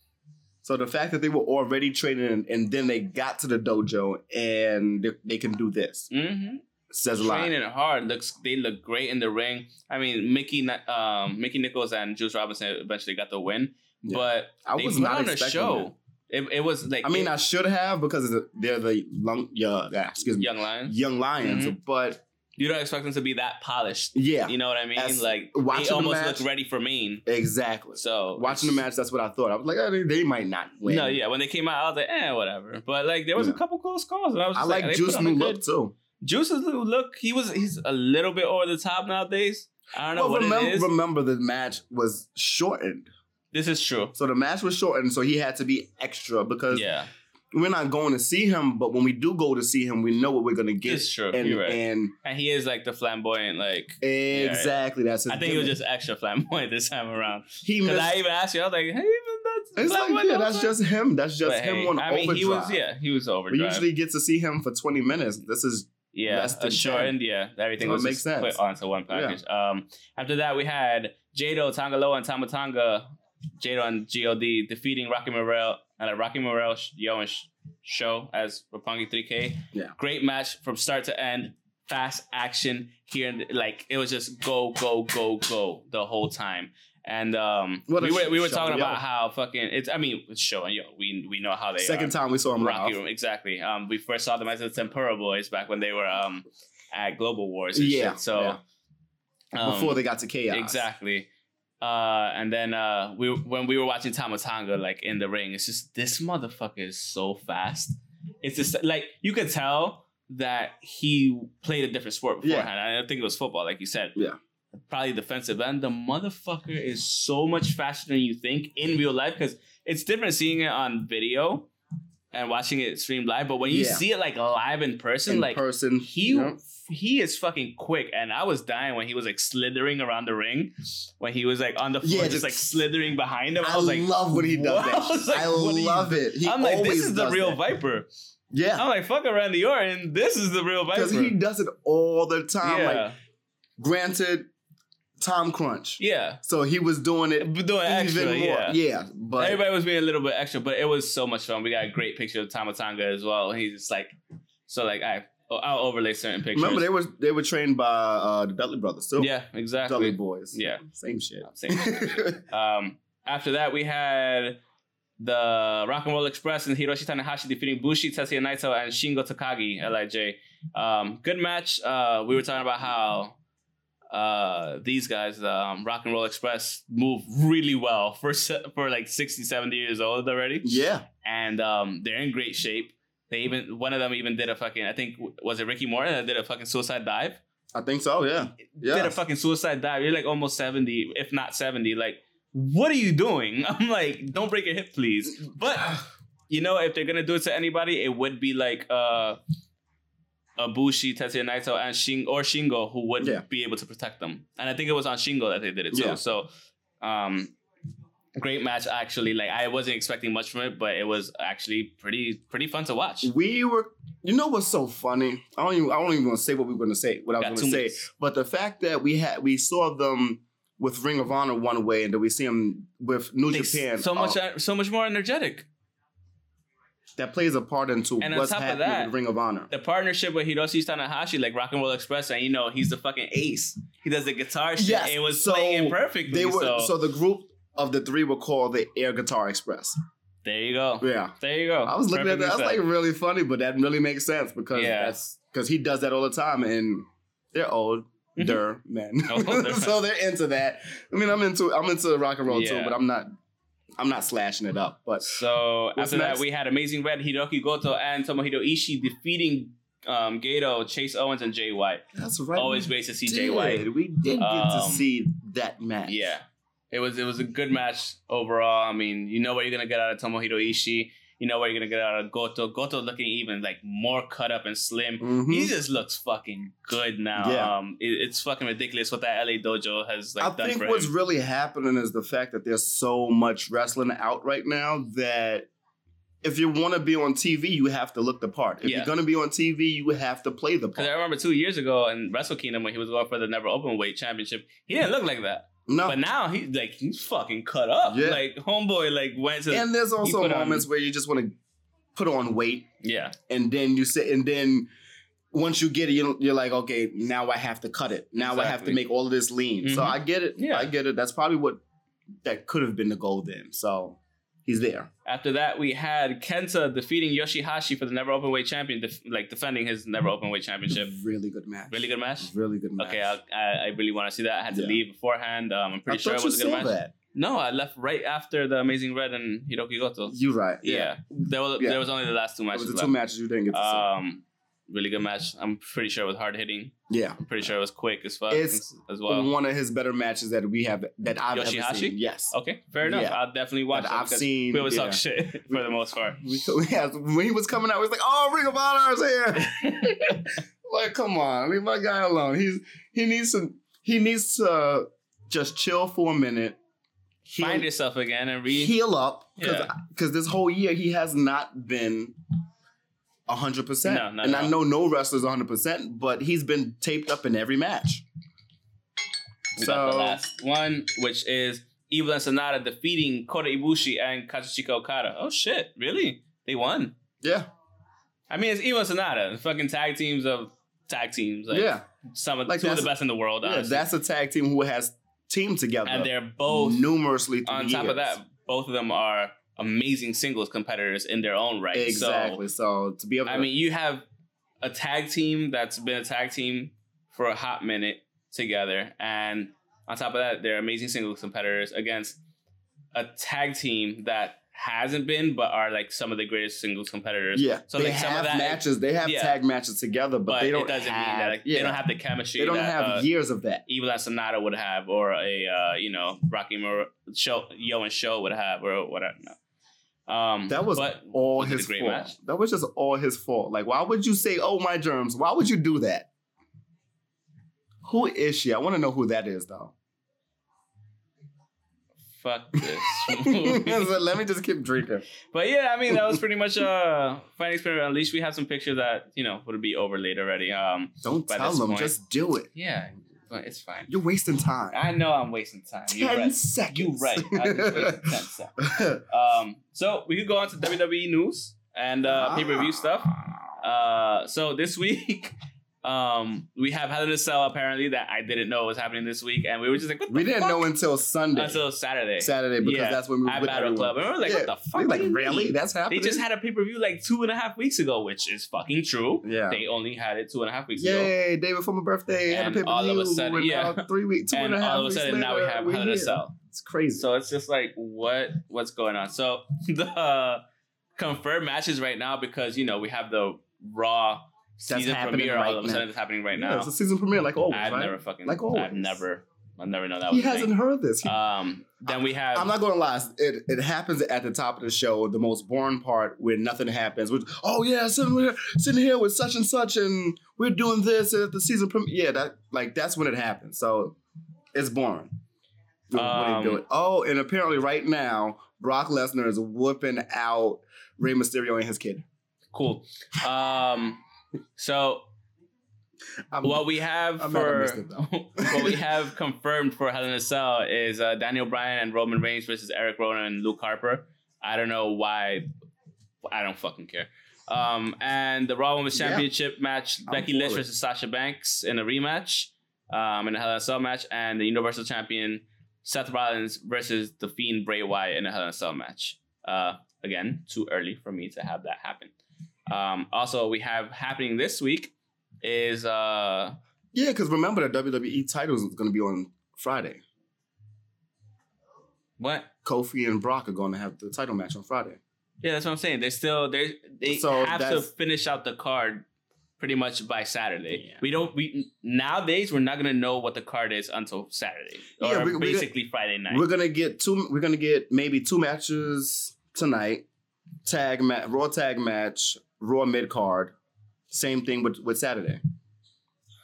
Speaker 2: So the fact that they were already training and, and then they got to the dojo and they, they can do this
Speaker 3: mhm.
Speaker 2: says a lot.
Speaker 3: training hard. Looks they look great in the ring. I mean, Mickey Ni- um, Mickey Nichols and Juice Robinson eventually got the win,
Speaker 2: Yeah.
Speaker 3: but
Speaker 2: I
Speaker 3: they
Speaker 2: was
Speaker 3: put
Speaker 2: not
Speaker 3: on a
Speaker 2: expecting
Speaker 3: show. It, it was like
Speaker 2: that. I mean,
Speaker 3: it-
Speaker 2: I should have because they're the long, yeah, yeah, excuse me,
Speaker 3: Young Lions.
Speaker 2: young lions.
Speaker 3: Mm-hmm.
Speaker 2: But
Speaker 3: You don't expect them to be that polished.
Speaker 2: yeah,
Speaker 3: You know what I mean?
Speaker 2: As-
Speaker 3: like
Speaker 2: watching
Speaker 3: they
Speaker 2: the
Speaker 3: almost
Speaker 2: match-
Speaker 3: look ready for Maine.
Speaker 2: exactly.
Speaker 3: So
Speaker 2: Watching the
Speaker 3: it's-
Speaker 2: match, that's what I thought. I was like, eh, they, they might not win.
Speaker 3: No, yeah. When they came out, I was like, eh, whatever. But like, there was
Speaker 2: Yeah.
Speaker 3: a couple close calls, and I was.
Speaker 2: I
Speaker 3: Just
Speaker 2: like
Speaker 3: they put
Speaker 2: Juice
Speaker 3: on a
Speaker 2: new
Speaker 3: good-
Speaker 2: look too.
Speaker 3: Juice's new look. He was. He's a little bit over the top nowadays. I don't know
Speaker 2: Well,
Speaker 3: what
Speaker 2: remember,
Speaker 3: it is.
Speaker 2: remember the match was shortened,
Speaker 3: this is true.
Speaker 2: so the match was shortened, so he had to be extra because
Speaker 3: Yeah,
Speaker 2: we're not going to see him. But when we do go to see him, we know what we're gonna get.
Speaker 3: it's true.
Speaker 2: And,
Speaker 3: You're right.
Speaker 2: and
Speaker 3: And he is like the flamboyant, like
Speaker 2: exactly, that's his
Speaker 3: I think it was
Speaker 2: gimmick.
Speaker 3: just extra flamboyant this time around.
Speaker 2: he
Speaker 3: Because
Speaker 2: missed
Speaker 3: I even asked you, I was like, hey, even that's
Speaker 2: It's like,
Speaker 3: flamboyant
Speaker 2: yeah, that's
Speaker 3: outside.
Speaker 2: just him. That's just
Speaker 3: But
Speaker 2: him
Speaker 3: hey,
Speaker 2: on
Speaker 3: I mean,
Speaker 2: overdrive.
Speaker 3: he was yeah, he was
Speaker 2: We
Speaker 3: overdrive.
Speaker 2: usually get to see him for 20 minutes. This is
Speaker 3: yeah,
Speaker 2: less than
Speaker 3: a shortened, yeah, everything
Speaker 2: So it
Speaker 3: was
Speaker 2: makes
Speaker 3: just
Speaker 2: sense.
Speaker 3: put onto one package. Um, after that, we had Jado Tangaloa and Tamatanga, Jado and God defeating Rocky Morel and a Rocky Morel Yo and Sh- Show as Rapungi 3K.
Speaker 2: Yeah.
Speaker 3: great match from start to end. Fast action here, and like it was just go, go, go, go the whole time. And um,
Speaker 2: What a
Speaker 3: we were we were
Speaker 2: show,
Speaker 3: talking
Speaker 2: yo.
Speaker 3: about how fucking it's. I mean, it's show and yo, we we know how they
Speaker 2: second
Speaker 3: are.
Speaker 2: time we saw him
Speaker 3: Rocky
Speaker 2: live.
Speaker 3: Room, exactly. Um, we first saw them as the Tempura Boys back when they were um at Global Wars. And
Speaker 2: Yeah,
Speaker 3: shit. So um,
Speaker 2: before they got to chaos.
Speaker 3: exactly. Uh, and then uh, we when we were watching Tamatanga like in the ring, it's just this motherfucker is so fast. It's just like you could tell that he played a different sport
Speaker 2: Yeah.
Speaker 3: beforehand. I think it was football, like you said.
Speaker 2: Yeah.
Speaker 3: Probably defensive end. The motherfucker is so much faster than you think in real life because it's different seeing it on video and watching it streamed live. But when you
Speaker 2: Yeah.
Speaker 3: see it like live in person,
Speaker 2: in
Speaker 3: like
Speaker 2: person.
Speaker 3: he
Speaker 2: Yep.
Speaker 3: he is fucking quick, and I was dying when he was like slithering around the ring, when he was like on the floor,
Speaker 4: Yeah,
Speaker 3: just
Speaker 4: just-
Speaker 3: like slithering behind him. I,
Speaker 4: I
Speaker 3: was like,
Speaker 4: love when he does
Speaker 3: "What?"
Speaker 4: that.
Speaker 3: I, was like,
Speaker 4: I
Speaker 3: "What are you
Speaker 4: love it. He
Speaker 3: I'm like,
Speaker 4: always
Speaker 3: this is the
Speaker 4: does
Speaker 3: real
Speaker 4: that.
Speaker 3: Viper.
Speaker 4: Yeah,
Speaker 3: I'm like, fuck a Randy Orton. This is the real Viper.
Speaker 4: because he does it all the time.
Speaker 3: yeah,
Speaker 4: Like,
Speaker 2: Granted, Tom Crunch.
Speaker 3: yeah.
Speaker 2: So he was doing it
Speaker 3: But doing extra,
Speaker 2: even more.
Speaker 3: yeah.
Speaker 2: Yeah, but
Speaker 3: Everybody was being a little bit extra, but it was so much fun. We got a great picture of Tamatanga as well. He's just like, so like I, I'll overlay certain pictures.
Speaker 2: remember they was they were trained by uh, the Dudley brothers too.
Speaker 3: yeah,
Speaker 2: Dudley
Speaker 3: exactly.
Speaker 2: boys.
Speaker 3: Yeah.
Speaker 2: same shit.
Speaker 3: Same. Um, after that, we had the Rock and Roll Express and Hiroshi Tanahashi defeating Bushi, Tetsuya Naito, and Shingo Takagi, Lij. Um, good match. Uh, we were talking about how uh, these guys, the um, Rock and Roll Express, move really well for se- for like 60, 70 years old already,
Speaker 2: yeah,
Speaker 3: and um, they're in great shape. They even one of them even did a fucking I think was it Ricky Morton that did a fucking suicide dive
Speaker 2: I think so. Yeah, yeah.
Speaker 3: did a fucking suicide dive. You're like almost 70, if not 70. Like, what are you doing? I'm like, don't break your hip, please. But you know, if they're gonna do it to anybody, it would be like uh Abushi, Tetsuya Naito, and Shing or Shingo who would
Speaker 2: Yeah.
Speaker 3: be able to protect them. And I think it was on Shingo that they did it too.
Speaker 2: Yeah.
Speaker 3: So um great match actually. Like I wasn't expecting much from it, but it was actually pretty pretty fun to watch.
Speaker 2: We were. You know what's so funny? I don't even. I don't even want to say what we were going to say. What I
Speaker 3: Got
Speaker 2: was
Speaker 3: two
Speaker 2: going to say.
Speaker 3: minutes.
Speaker 2: But the fact that we had we saw them with Ring of Honor one way, and then we see them with New
Speaker 3: They-
Speaker 2: Japan
Speaker 3: so
Speaker 2: uh,
Speaker 3: much so much more energetic.
Speaker 2: that plays a part into
Speaker 3: And on
Speaker 2: what's
Speaker 3: top of
Speaker 2: happening
Speaker 3: that-
Speaker 2: with Ring of Honor.
Speaker 3: the partnership with Hiroshi Tanahashi, like Rock and Roll Express, and you know he's the fucking ace. He does the guitar shit.
Speaker 2: Yes,
Speaker 3: it was
Speaker 2: so
Speaker 3: playing perfectly.
Speaker 2: They were
Speaker 3: so,
Speaker 2: so. the group of the three were called the Air Guitar Express.
Speaker 3: there you go.
Speaker 2: Yeah,
Speaker 3: There you go.
Speaker 2: I was looking at that. I was
Speaker 3: Perfectly
Speaker 2: like,
Speaker 3: said.
Speaker 2: really funny, but that really makes sense because
Speaker 3: Yeah.
Speaker 2: that's because he does that all the time, and they're old. Der
Speaker 3: Mm-hmm.
Speaker 2: men,
Speaker 3: Older.
Speaker 2: so they're into that. I mean, I'm into I'm into rock and roll
Speaker 3: Yeah.
Speaker 2: too, but I'm not I'm not slashing it up. But
Speaker 3: so
Speaker 2: What's
Speaker 3: after
Speaker 2: next?
Speaker 3: that, we had Amazing Red, Hiroki Goto, and Tomohiro Ishii defeating um, Gato, Chase Owens, and Jay White.
Speaker 2: that's right.
Speaker 3: Always great to see Jay White.
Speaker 2: We did get
Speaker 3: Um,
Speaker 2: to see that match.
Speaker 3: Yeah, it was it was a good match overall. I mean, you know what you're gonna get out of Tomohiro Ishii. You know what you're gonna get out of Goto. Goto looking even like more cut up and slim.
Speaker 2: Mhm.
Speaker 3: He just looks fucking good now.
Speaker 2: Yeah.
Speaker 3: Um, it- it's fucking ridiculous what that LA Dojo has like
Speaker 2: I
Speaker 3: done
Speaker 2: think
Speaker 3: for
Speaker 2: what's
Speaker 3: him.
Speaker 2: really happening is the fact that there's so much wrestling out right now that if you want to be on TV, you have to look the part. If
Speaker 3: Yeah.
Speaker 2: you're going to be on TV, you have to play the
Speaker 3: Because
Speaker 2: part.
Speaker 3: I remember two years ago in Wrestle Kingdom when he was going for the Never Open Weight Championship, he didn't look like that.
Speaker 2: No.
Speaker 3: But now he like he's fucking cut up.
Speaker 2: Yeah.
Speaker 3: Like homeboy like went to
Speaker 2: and there's also
Speaker 3: put on-
Speaker 2: moments where you just want to put on weight
Speaker 3: yeah
Speaker 2: and then you sit and then once you get it, you- you're like, okay, now I have to cut it. Now I have to
Speaker 3: Exactly.
Speaker 2: make all of this lean. So
Speaker 3: Mhm.
Speaker 2: I get it.
Speaker 3: Yeah.
Speaker 2: I get it. That's probably what that could have been the goal then. So he's there.
Speaker 3: After that, we had Kenta defeating Yoshihashi for the Never Open Weight Champion, def- like defending his Never Open Weight Championship.
Speaker 2: Really good match.
Speaker 3: Really good match.
Speaker 2: Really good match.
Speaker 3: Okay, I, I, I really want to see that. I had to
Speaker 2: Yeah.
Speaker 3: leave beforehand. Um, I'm pretty
Speaker 2: I
Speaker 3: sure
Speaker 2: thought
Speaker 3: it was
Speaker 2: you
Speaker 3: a good
Speaker 2: saw
Speaker 3: match.
Speaker 2: that.
Speaker 3: No, I left right after the Amazing Red and Hiroki Goto.
Speaker 2: You right.
Speaker 3: Yeah, there was
Speaker 2: Yeah.
Speaker 3: there was only the last two
Speaker 2: It
Speaker 3: matches.
Speaker 2: was the
Speaker 3: left.
Speaker 2: two matches you didn't get to see.
Speaker 3: Um, really good match. I'm pretty sure it was hard hitting.
Speaker 2: Yeah.
Speaker 3: I'm pretty sure it was quick as fuck
Speaker 2: It's
Speaker 3: as well.
Speaker 2: One of his better matches that we have that I've ever
Speaker 3: Yoshihashi?
Speaker 2: seen. Yes.
Speaker 3: Okay, fair enough.
Speaker 2: Yeah.
Speaker 3: I'll definitely watch
Speaker 2: That
Speaker 3: it.
Speaker 2: I've
Speaker 3: because
Speaker 2: seen,
Speaker 3: We always
Speaker 2: yeah.
Speaker 3: talk shit for the most part.
Speaker 2: We- yeah, when he was coming out, he was like, "Oh, Ring of Honor is here!" like, come on, leave my guy alone. He's he needs to he needs to just chill for a minute, heal,
Speaker 3: Find yourself again and read.
Speaker 2: heal up, because
Speaker 3: Yeah.
Speaker 2: this whole year he has not been hundred percent.
Speaker 3: No, not
Speaker 2: And
Speaker 3: at
Speaker 2: I
Speaker 3: all.
Speaker 2: know no wrestlers hundred percent, but he's been taped up in every match.
Speaker 3: We got the
Speaker 2: So-
Speaker 3: last one, which is Evil and Sonata defeating Kota Ibushi and Kazuchika Okada. Oh shit! Really? They won.
Speaker 2: Yeah,
Speaker 3: I mean, it's Evil and Sonata, fucking tag teams of tag teams. Like,
Speaker 2: yeah,
Speaker 3: some of
Speaker 2: Like,
Speaker 3: two of the
Speaker 2: that's-
Speaker 3: best in the world.
Speaker 2: yeah.
Speaker 3: Honestly.
Speaker 2: That's a tag team who has teamed together
Speaker 3: and they're both
Speaker 2: numerously. through
Speaker 3: on
Speaker 2: the
Speaker 3: top
Speaker 2: years.
Speaker 3: of that. Both of them are amazing singles competitors in their own right. So
Speaker 2: Exactly. So, to be able,
Speaker 3: I
Speaker 2: to-
Speaker 3: mean, you have a tag team that's been a tag team for a hot minute together, and on top of that, they're amazing single competitors against a tag team that hasn't been, but are like some of the greatest singles competitors.
Speaker 2: yeah,
Speaker 3: So,
Speaker 2: they
Speaker 3: like, some
Speaker 2: have
Speaker 3: of that-
Speaker 2: matches. They have
Speaker 3: yeah.
Speaker 2: tag matches together, but,
Speaker 3: but
Speaker 2: they don't.
Speaker 3: it doesn't
Speaker 2: have,
Speaker 3: mean that like,
Speaker 2: yeah,
Speaker 3: they don't have the chemistry.
Speaker 2: They don't
Speaker 3: that,
Speaker 2: have
Speaker 3: uh,
Speaker 2: years of that.
Speaker 3: Evil and Sonata would have, or a uh, you know Rocky Mar- show Yo and Show would have, or whatever. No. Um,
Speaker 2: That was
Speaker 3: but
Speaker 2: all
Speaker 3: was it a
Speaker 2: his
Speaker 3: great
Speaker 2: fault.
Speaker 3: match?
Speaker 2: That was just all his fault. Like, why would you say, "Oh my germs"? Why would you do that? Who is she? I want to know who that is, though.
Speaker 3: fuck this. movie.
Speaker 2: So Let me just keep drinking.
Speaker 3: but yeah, I mean that was pretty much a fun experiment. At least we have some pictures that you know would be overlaid already. Um,
Speaker 2: Don't
Speaker 3: By
Speaker 2: tell
Speaker 3: this
Speaker 2: them.
Speaker 3: point-
Speaker 2: Just do it.
Speaker 3: yeah, but it's fine.
Speaker 2: You're wasting time.
Speaker 3: I know I'm wasting time. You're
Speaker 2: Ten
Speaker 3: right.
Speaker 2: seconds.
Speaker 3: You right. I just wasted ten seconds. Um, so we could go on to WWE news and uh,
Speaker 2: Ah.
Speaker 3: pay per view stuff. Uh, so this week, um, we have Hell in a Cell apparently that I didn't know was happening this week, and we were just like, what
Speaker 2: we
Speaker 3: the
Speaker 2: didn't
Speaker 3: fuck?
Speaker 2: know until Sunday.
Speaker 3: until Saturday.
Speaker 2: Saturday because
Speaker 3: Yeah,
Speaker 2: that's when we were
Speaker 3: at
Speaker 2: with
Speaker 3: Battle
Speaker 2: everyone.
Speaker 3: Club, and we were like,
Speaker 2: Yeah,
Speaker 3: "What the
Speaker 2: We
Speaker 3: fuck?" What
Speaker 2: like
Speaker 3: do you
Speaker 2: really?
Speaker 3: mean?
Speaker 2: That's
Speaker 3: They
Speaker 2: happening.
Speaker 3: just had a pay per view like two and a half weeks ago, which is fucking true.
Speaker 2: yeah.
Speaker 3: They only had it two and a half weeks ago,
Speaker 2: Yay, day before my birthday, had a
Speaker 3: And
Speaker 2: pay per view.
Speaker 3: all of a sudden- yeah.
Speaker 2: three weeks, two
Speaker 3: and
Speaker 2: a half
Speaker 3: all of a
Speaker 2: weeks
Speaker 3: sudden now we
Speaker 2: later,
Speaker 3: have
Speaker 2: we're
Speaker 3: Hell in a
Speaker 2: here.
Speaker 3: Cell.
Speaker 2: It's crazy.
Speaker 3: So it's just like what what's going on. So the uh, confirmed matches right now because you know we have the Raw season
Speaker 2: happening
Speaker 3: premiere
Speaker 2: right
Speaker 3: all of a
Speaker 2: now.
Speaker 3: sudden it's happening right
Speaker 2: Yeah,
Speaker 3: now.
Speaker 2: it's a season premiere, like always.
Speaker 3: I've
Speaker 2: right?
Speaker 3: never fucking
Speaker 2: Like always.
Speaker 3: I've never I've never known that
Speaker 2: he
Speaker 3: was a
Speaker 2: hasn't
Speaker 3: thing.
Speaker 2: heard this. He-
Speaker 3: Um, then we have
Speaker 2: I'm not gonna lie. It, it happens at the top of the show, the most boring part where nothing happens. Which, oh yeah, sitting here, sitting here with such and such, and we're doing this and at the season premiere. Yeah, that like that's when it happens. So it's boring. When
Speaker 3: Um,
Speaker 2: they do it. Oh, and apparently right now Brock Lesnar is whooping out Rey Mysterio and his kid.
Speaker 3: cool. Um, so
Speaker 2: I'm-
Speaker 3: what we have
Speaker 2: I'm not gonna
Speaker 3: for
Speaker 2: miss it, though.
Speaker 3: what we have confirmed for Hell in a Cell is uh, Daniel Bryan and Roman Reigns versus Eric Rowan and Luke Harper. I don't know why. I don't fucking care. Um, and the Raw Women's
Speaker 2: Yeah.
Speaker 3: Championship match:
Speaker 2: I'm
Speaker 3: Becky
Speaker 2: for
Speaker 3: Lynch
Speaker 2: it.
Speaker 3: versus Sasha Banks in a rematch, um, in a Hell in a Cell match, and the Universal Champion Seth Rollins versus the Fiend Bray Wyatt in a Hell in a Cell match. Uh, again, too early for me to have that happen. Um, also, we have happening this week is uh,
Speaker 2: Yeah, because remember the WWE title is going to be on Friday.
Speaker 3: what
Speaker 2: Kofi and Brock are going to have the title match on Friday.
Speaker 3: Yeah, that's what I'm saying. They still they they
Speaker 2: So
Speaker 3: have to
Speaker 2: that's-
Speaker 3: finish out the card pretty much by Saturday.
Speaker 2: Yeah.
Speaker 3: We don't we nowadays we're not gonna know what the card is until Saturday or
Speaker 2: Yeah, we- we-
Speaker 3: basically Friday night.
Speaker 2: We're gonna get two. We're gonna get maybe two matches tonight. Tag match, Raw tag match, Raw mid card. Same thing with with Saturday.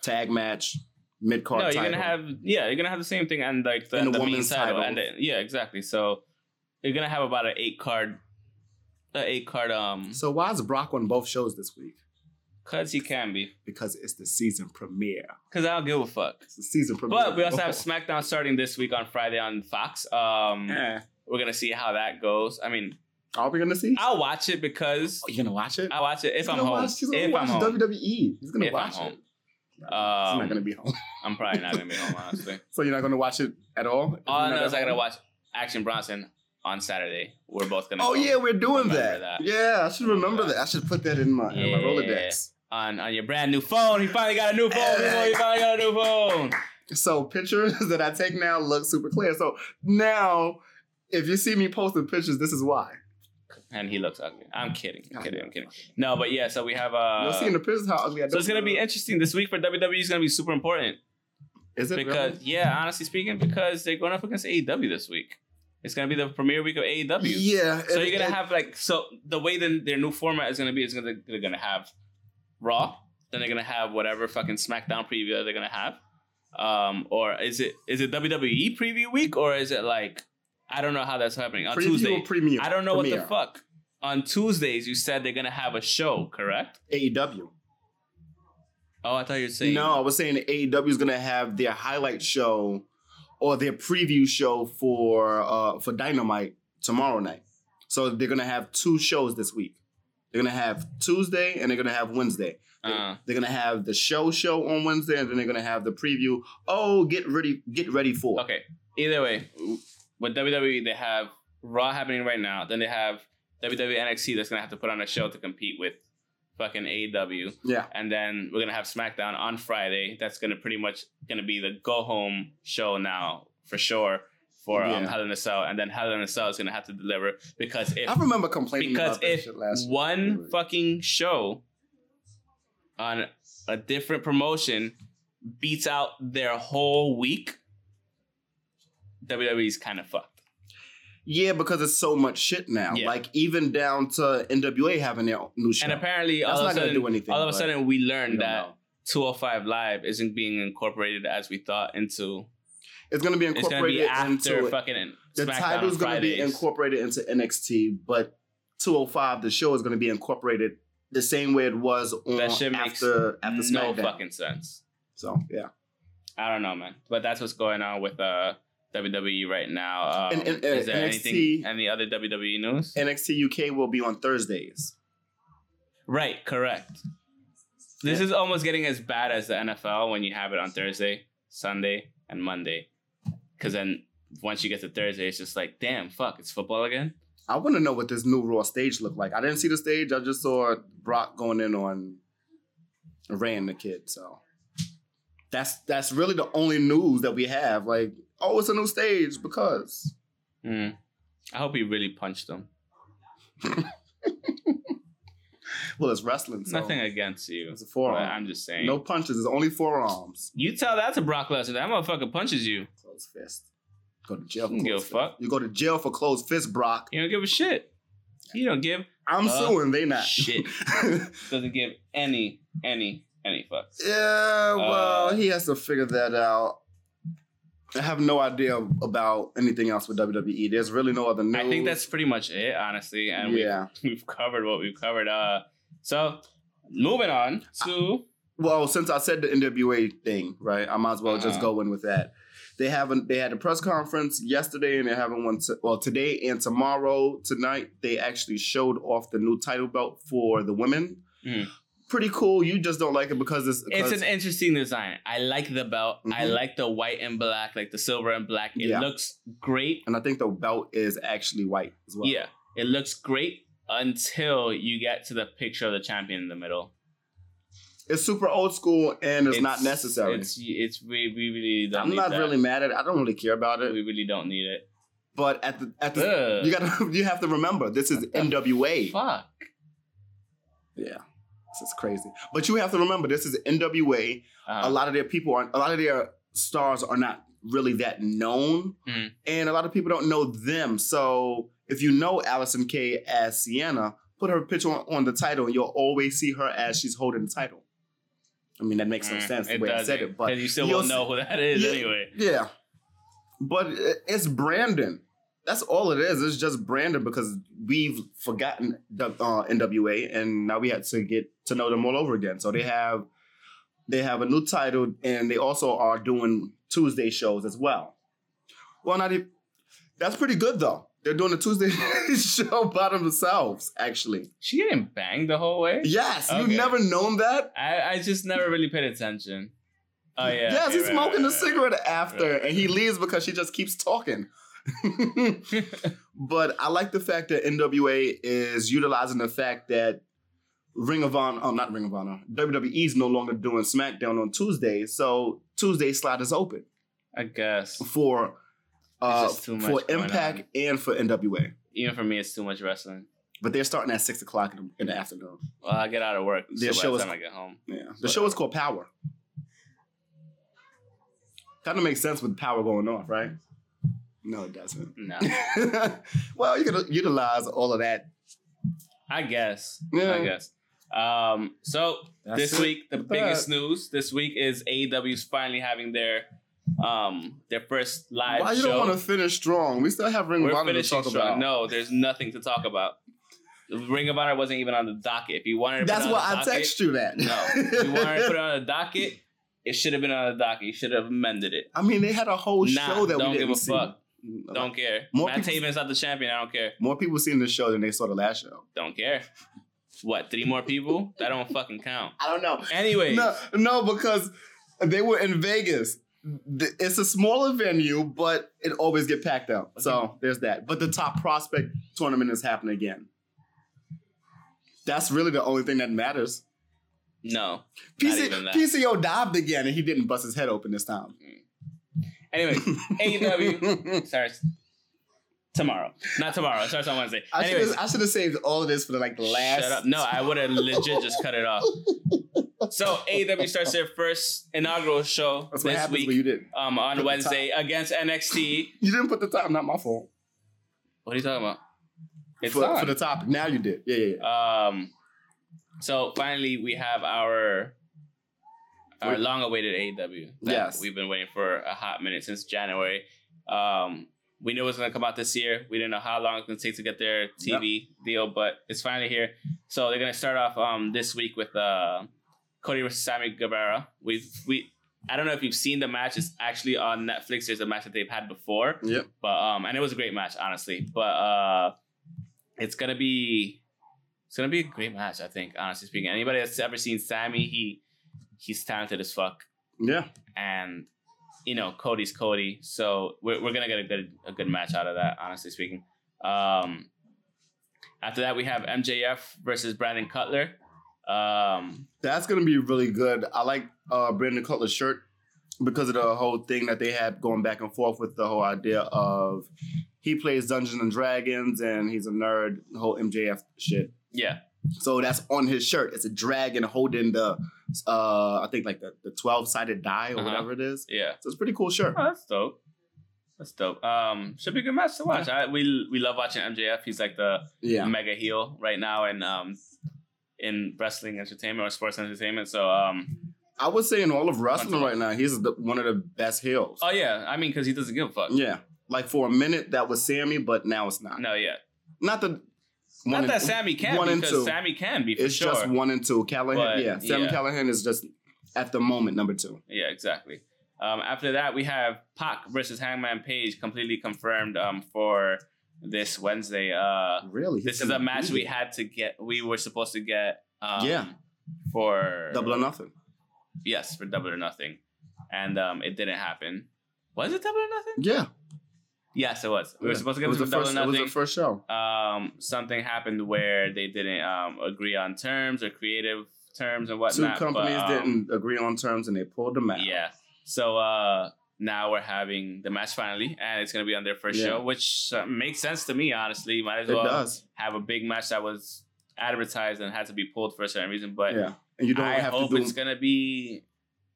Speaker 2: Tag match, mid card.
Speaker 3: no, you're
Speaker 2: title.
Speaker 3: gonna have yeah, you're gonna have the same thing and like the,
Speaker 2: And the
Speaker 3: the main
Speaker 2: women's
Speaker 3: title
Speaker 2: title.
Speaker 3: and the, yeah, exactly. So you're gonna have about an eight card, an eight card um,
Speaker 2: So why is Brock on both shows this week?
Speaker 3: cause he can be
Speaker 2: Because it's the season premiere.
Speaker 3: because I don't give a fuck.
Speaker 2: It's the season premiere.
Speaker 3: But we also have SmackDown starting this week on Friday on Fox. Um,
Speaker 2: Eh,
Speaker 3: we're gonna see how that goes. I mean,
Speaker 2: Are we gonna see?
Speaker 3: I'll watch it because
Speaker 2: Oh, you gonna watch it?
Speaker 3: I watch it if
Speaker 2: He's
Speaker 3: I'm
Speaker 2: gonna
Speaker 3: home.
Speaker 2: Watch, he's gonna
Speaker 3: if
Speaker 2: watch
Speaker 3: I'm home,
Speaker 2: WWE. He's gonna
Speaker 3: If I'm
Speaker 2: watch
Speaker 3: home.
Speaker 2: it. He's
Speaker 3: um,
Speaker 2: not gonna be home.
Speaker 3: I'm probably not gonna be home honestly.
Speaker 2: So you're not gonna watch it at all?
Speaker 3: All
Speaker 2: You're not
Speaker 3: I know
Speaker 2: at
Speaker 3: is I gotta
Speaker 2: home?
Speaker 3: watch Action Bronson on Saturday. We're both gonna.
Speaker 2: Oh
Speaker 3: go
Speaker 2: yeah, we're doing
Speaker 3: Remember
Speaker 2: that.
Speaker 3: that.
Speaker 2: Yeah, I should remember
Speaker 3: Remember
Speaker 2: that. I should put that in my in my
Speaker 3: Yeah.
Speaker 2: Rolodex.
Speaker 3: on on your brand new phone. He finally got a new phone. people. He finally got a new phone.
Speaker 2: So pictures that I take now look super clear. So now, if you see me posting pictures, this is why.
Speaker 3: And he looks ugly. I'm kidding. I'm kidding. I'm kidding. No, but yeah. So we have uh.
Speaker 2: You'll see in the pictures how ugly I
Speaker 3: so it's gonna be interesting this week for WWE. Is gonna be super important
Speaker 2: Is it
Speaker 3: because yeah, honestly speaking, because they're going up against AEW this week. It's gonna be the premiere week of E AEW.
Speaker 2: really? Yeah.
Speaker 3: So
Speaker 2: it-
Speaker 3: you're
Speaker 2: it-
Speaker 3: gonna have like so the way then their new format is gonna be is gonna they're gonna have Raw, then they're gonna have whatever fucking SmackDown preview that they're gonna have, um, or is it is it WWE preview week or is it like I don't know how that's happening on
Speaker 2: preview
Speaker 3: Tuesday.
Speaker 2: or premiere.
Speaker 3: I don't know
Speaker 2: Premiere.
Speaker 3: what the fuck. On Tuesdays, you said they're gonna have a show, correct?
Speaker 2: AEW.
Speaker 3: Oh, I thought you were saying
Speaker 2: No, I was saying that AEW is gonna have their highlight show or their preview show for uh for Dynamite tomorrow night. So they're gonna have two shows this week. They're gonna have Tuesday and they're gonna have Wednesday. They-
Speaker 3: Uh,
Speaker 2: They're gonna have the show show on Wednesday and then they're gonna have the preview. Oh, get ready, get ready for.
Speaker 3: okay. Either way, with WWE they have Raw happening right now. Then they have E WWE NXT that's gonna have to put on a show to compete with fucking E AEW.
Speaker 2: Yeah.
Speaker 3: and then we're gonna have SmackDown on Friday. That's gonna pretty much gonna be the go home show now for sure for um,
Speaker 2: Yeah.
Speaker 3: Hell in a Cell, and then Hell in a Cell is gonna have to deliver because if
Speaker 2: I remember complaining
Speaker 3: because
Speaker 2: about that
Speaker 3: if
Speaker 2: shit last year.
Speaker 3: one fucking show on a different promotion beats out their whole week, WWE's kind of E fucked.
Speaker 2: Yeah, because it's so much shit now.
Speaker 3: Yeah.
Speaker 2: Like even down to NWA having their own new show.
Speaker 3: And apparently,
Speaker 2: That's
Speaker 3: all
Speaker 2: not
Speaker 3: of a
Speaker 2: gonna
Speaker 3: sudden,
Speaker 2: do anything,
Speaker 3: all of a
Speaker 2: but
Speaker 3: sudden, we learned
Speaker 2: we don't
Speaker 3: that
Speaker 2: know.
Speaker 3: 205 Live isn't being incorporated as we thought into.
Speaker 2: it's going to be
Speaker 3: It's gonna be
Speaker 2: incorporated
Speaker 3: after
Speaker 2: into it.
Speaker 3: fucking
Speaker 2: the
Speaker 3: SmackDown
Speaker 2: title's
Speaker 3: on
Speaker 2: going to be
Speaker 3: Fridays.
Speaker 2: incorporated into NXT, but 205 the show is going to be incorporated the same way it was on
Speaker 3: That shit makes
Speaker 2: after after
Speaker 3: no
Speaker 2: SmackDown.
Speaker 3: fucking sense.
Speaker 2: So yeah,
Speaker 3: I don't know, man. But that's what's going on with uh WWE right now. Um,
Speaker 2: And- and- uh,
Speaker 3: is there
Speaker 2: and
Speaker 3: anything?
Speaker 2: NXT
Speaker 3: Any other WWE news?
Speaker 2: NXT UK will be on Thursdays.
Speaker 3: right, correct. This is almost getting as bad as the NFL when you have it on Thursday, Sunday, and Monday. Because then once you get to Thursday, it's just like, damn, fuck, it's football again.
Speaker 2: I want to know what this new Raw stage looked like. I didn't see the stage. I just saw Brock going in on Ray and the kid. So that's that's really the only news that we have. Like, oh, it's a new stage because
Speaker 3: Mm. I hope he really punched them.
Speaker 2: well, it's wrestling. So
Speaker 3: Nothing against you.
Speaker 2: It's a
Speaker 3: but
Speaker 2: forearm.
Speaker 3: I'm just saying.
Speaker 2: no punches. It's only forearms.
Speaker 3: You tell that to Brock Lesnar. That motherfucker punches you.
Speaker 2: Closed fist. Go to jail. For
Speaker 3: Don't give
Speaker 2: closed
Speaker 3: a
Speaker 2: fist.
Speaker 3: fuck.
Speaker 2: You go to jail for closed fist, Brock.
Speaker 3: You don't give a shit. You don't give
Speaker 2: I'm
Speaker 3: Uh,
Speaker 2: suing. They not.
Speaker 3: shit. Doesn't give any, any, any fucks.
Speaker 2: Yeah, well,
Speaker 3: Uh,
Speaker 2: he has to figure that out. I have no idea about anything else with WWE. There's really no other news.
Speaker 3: I think that's pretty much it, honestly. And
Speaker 2: yeah.
Speaker 3: we've, we've covered what we've covered. Uh, so moving on
Speaker 2: Ah,
Speaker 3: to
Speaker 2: Well, since I said the NWA thing, right? I might as well just
Speaker 3: Uh-huh.
Speaker 2: go in with that. They haven't. They had a press conference yesterday, and they're having one. To, well, today and tomorrow, tonight they actually showed off the new title belt for the women.
Speaker 3: Mm.
Speaker 2: Pretty cool. You just don't like it because it's.
Speaker 3: it's
Speaker 2: because-
Speaker 3: an interesting design. I like the belt. I
Speaker 2: Mhm.
Speaker 3: like the white and black, like the silver and black. It
Speaker 2: Yeah.
Speaker 3: looks great.
Speaker 2: and I think the belt is actually white as well.
Speaker 3: Yeah, it looks great until you get to the picture of the champion in the middle.
Speaker 2: it's super old school, and it's, not necessary.
Speaker 3: It's it's we, we really don't.
Speaker 2: I'm
Speaker 3: need
Speaker 2: not
Speaker 3: that.
Speaker 2: really mad at it. I don't really care about
Speaker 3: We
Speaker 2: it.
Speaker 3: really don't need it.
Speaker 2: But at the at the
Speaker 3: Ugh.
Speaker 2: you gotta you have to remember this is
Speaker 3: What the
Speaker 2: NWA.
Speaker 3: fuck.
Speaker 2: Yeah. This is crazy. But you have to remember this is NWA.
Speaker 3: Uh,
Speaker 2: A lot of their people are a lot of their stars are not really that known.
Speaker 3: Mhm.
Speaker 2: And a lot of people don't know them. So if you know Allison Kay as Sienna, put her picture on, on the title and you'll always see her as she's holding the title. I mean that makes no
Speaker 3: Mm,
Speaker 2: sense the way I said
Speaker 3: doesn't,
Speaker 2: it, but
Speaker 3: 'cause you still
Speaker 2: you'll
Speaker 3: won't know who that is
Speaker 2: Yeah.
Speaker 3: anyway.
Speaker 2: Yeah. But i- it's Brandon. That's all it is. It's just Brandon because we've forgotten the uh, NWA and now we had to get to know them all over again. So they have they have a new title and they also are doing Tuesday shows as well. Well, not even, that's pretty good though. They're doing a Tuesday show by themselves, actually.
Speaker 3: She getting banged the whole way.
Speaker 2: Yes,
Speaker 3: Okay.
Speaker 2: you've never known that.
Speaker 3: I, I just never really paid attention. Oh yeah.
Speaker 2: yes,
Speaker 3: okay,
Speaker 2: he's
Speaker 3: right,
Speaker 2: smoking
Speaker 3: right,
Speaker 2: a
Speaker 3: right,
Speaker 2: cigarette after,
Speaker 3: Right.
Speaker 2: and he leaves because she just keeps talking. but I like the fact that NWA is utilizing the fact that Ring of Honor, um, not Ring of Honor, WWE is no longer doing SmackDown on Tuesday, so Tuesday slot is open
Speaker 3: right. I guess
Speaker 2: for uh,
Speaker 3: It's just too much
Speaker 2: for
Speaker 3: going
Speaker 2: Impact and for NWA.
Speaker 3: even for me, it's too much wrestling.
Speaker 2: But they're starting at six o'clock in the, in the afternoon.
Speaker 3: Well, I get out of work.
Speaker 2: The
Speaker 3: so
Speaker 2: show
Speaker 3: by
Speaker 2: is-
Speaker 3: the time I get home.
Speaker 2: Yeah, the show is called Power. Kind of makes sense with Power going off, right? No, it doesn't.
Speaker 3: No,
Speaker 2: well, you can utilize all of that.
Speaker 3: I guess. I
Speaker 2: Yeah.
Speaker 3: guess. Um. So
Speaker 2: That's
Speaker 3: this
Speaker 2: it.
Speaker 3: week, the
Speaker 2: With
Speaker 3: biggest
Speaker 2: that.
Speaker 3: news this week is AEW's finally having their um their first live
Speaker 2: Why you
Speaker 3: show.
Speaker 2: don't want to finish strong? We still have Ring of
Speaker 3: We're
Speaker 2: Honor to
Speaker 3: finishing
Speaker 2: talk
Speaker 3: strong.
Speaker 2: about.
Speaker 3: No, there's nothing to talk about. Ring of Honor wasn't even on the docket. If you wanted, to
Speaker 2: That's
Speaker 3: put it on
Speaker 2: why
Speaker 3: the
Speaker 2: I
Speaker 3: docket,
Speaker 2: text you that.
Speaker 3: No, if you wanted to put it on the docket. It should have been on the docket. You should have amended it.
Speaker 2: I mean, they had a whole
Speaker 3: Nah,
Speaker 2: show that we
Speaker 3: don't give
Speaker 2: didn't
Speaker 3: a
Speaker 2: see.
Speaker 3: fuck. Don't care.
Speaker 2: More
Speaker 3: Matt
Speaker 2: people-
Speaker 3: Taven's not the champion. I don't care.
Speaker 2: More people seen the show than they saw the last show.
Speaker 3: Don't care. What? Three more people? that don't fucking count.
Speaker 2: I don't know.
Speaker 3: Anyway,
Speaker 2: No, no, because they were in Vegas. Th- It's a smaller venue, but it always get packed out. So there's that. But the top prospect tournament is happening again. That's really the only thing that matters.
Speaker 3: no. even
Speaker 2: PC,
Speaker 3: that.
Speaker 2: PCO dived again, and he didn't bust his head open this time.
Speaker 3: Anyway, E AEW starts tomorrow. Not tomorrow. It starts on Wednesday.
Speaker 2: I
Speaker 3: Anyways,
Speaker 2: should I should have saved all of this for like the last.
Speaker 3: Shut up. No, I would have legit just cut it off. So AEW starts their first inaugural show
Speaker 2: That's what
Speaker 3: this
Speaker 2: happens when
Speaker 3: week
Speaker 2: you didn't.
Speaker 3: um, on Wednesday against NXT.
Speaker 2: You didn't put the time. Not my fault.
Speaker 3: What are you talking about? It's
Speaker 2: for,
Speaker 3: on.
Speaker 2: for the topic. Now you did. Yeah, yeah. yeah.
Speaker 3: Um, so finally, we have our our
Speaker 2: Wait.
Speaker 3: long-awaited AEW. that
Speaker 2: Yes.
Speaker 3: we've been waiting for a hot minute since January. Um, we knew it was gonna come out this year. We didn't know how long it's gonna take to get their TV deal, but it's finally here. So they're gonna start off um this week with uh Cody versus Sammy Guevara. We've we. I don't know if you've seen the match. It's actually on Netflix. There's a match that they've had before.
Speaker 2: Oh. Yep.
Speaker 3: But um, and it was a great match, honestly. But uh, it's gonna be it's gonna be a great match, I think. Honestly speaking, anybody that's ever seen Sammy, he he's talented as fuck,
Speaker 2: Yeah.
Speaker 3: and you know Cody's Cody, so we're, we're gonna get a good a good match out of that. Honestly speaking, um, after that we have MJF versus Brandon Cutler. Um,
Speaker 2: That's gonna be really good. I like uh Brandon Cutler's shirt because of the whole thing that they had going back and forth with the whole idea of he plays Dungeons and Dragons and he's a nerd, the whole MJF shit.
Speaker 3: yeah,
Speaker 2: So that's on his shirt. It's a dragon holding the uh I think like the, the 12 sided die or
Speaker 3: Uh-huh.
Speaker 2: whatever it is.
Speaker 3: yeah.
Speaker 2: So it's a pretty cool shirt.
Speaker 3: Oh, that's dope. That's dope. Um, should be a good match to watch. I, we we love watching MJF. He's like the
Speaker 2: Yeah.
Speaker 3: mega heel right now in um in wrestling entertainment or sports entertainment. So um
Speaker 2: I would say in all of wrestling right now, he's the, one of the best heels.
Speaker 3: oh yeah, I mean because he doesn't give a fuck.
Speaker 2: Yeah. Like for a minute that was Sammy, but now it's not.
Speaker 3: No, yeah,
Speaker 2: Not the
Speaker 3: not
Speaker 2: one
Speaker 3: that
Speaker 2: and-
Speaker 3: Sammy can
Speaker 2: one and
Speaker 3: because
Speaker 2: two.
Speaker 3: Sammy can be for
Speaker 2: It's
Speaker 3: sure.
Speaker 2: just one and two. Callahan,
Speaker 3: But,
Speaker 2: yeah. Sammy
Speaker 3: yeah.
Speaker 2: Callahan is just at the moment number two.
Speaker 3: Yeah, exactly. Um, after that, we have Pac versus Hangman Page completely confirmed um for this Wednesday. Uh,
Speaker 2: Really?
Speaker 3: this is a match we had to get. We were supposed to get. Um,
Speaker 2: Yeah.
Speaker 3: For
Speaker 2: double or nothing.
Speaker 3: Yes, for double or nothing, and um, it didn't happen. Was it double or nothing?
Speaker 2: Yeah.
Speaker 3: Yes, it was. We were
Speaker 2: Yeah.
Speaker 3: supposed to
Speaker 2: it
Speaker 3: get
Speaker 2: was
Speaker 3: to
Speaker 2: the
Speaker 3: double
Speaker 2: first.
Speaker 3: or
Speaker 2: It was
Speaker 3: nothing.
Speaker 2: the first show.
Speaker 3: um, something happened where they didn't um, agree on terms or creative terms and whatnot.
Speaker 2: Two
Speaker 3: but,
Speaker 2: companies
Speaker 3: um,
Speaker 2: didn't agree on terms, and they pulled them out.
Speaker 3: Yeah. So uh, now we're having the match finally, and it's gonna be on their first
Speaker 2: Yeah.
Speaker 3: show, which uh, makes sense to me. Honestly, might as
Speaker 2: It
Speaker 3: well
Speaker 2: does.
Speaker 3: have a big match that was advertised and had to be pulled for a certain reason. But
Speaker 2: yeah. And you don't
Speaker 3: I
Speaker 2: have to
Speaker 3: hope
Speaker 2: do.
Speaker 3: it's gonna be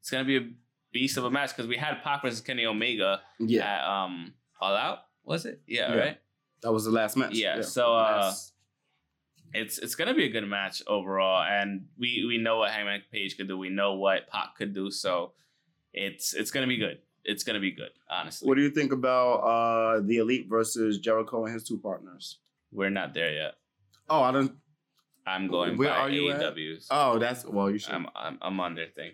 Speaker 3: it's gonna be a beast of a match because we had Pac versus Kenny Omega
Speaker 2: yeah.
Speaker 3: at um All Out, was it? Yeah,
Speaker 2: Yeah.
Speaker 3: right.
Speaker 2: That was the last match.
Speaker 3: Yeah, so, uh,
Speaker 2: Last-
Speaker 3: It's it's gonna be a good match overall, and we we know what Hangman Page could do. We know what Pac could do, so it's it's gonna be good. It's gonna be good, honestly.
Speaker 2: what do you think about uh, the Elite versus Jericho and his two partners?
Speaker 3: We're not there yet.
Speaker 2: Oh, I don't.
Speaker 3: I'm going
Speaker 2: Where
Speaker 3: by
Speaker 2: are you at?
Speaker 3: AEW's.
Speaker 2: Oh, that's well. You should.
Speaker 3: I'm, I'm I'm on their thing.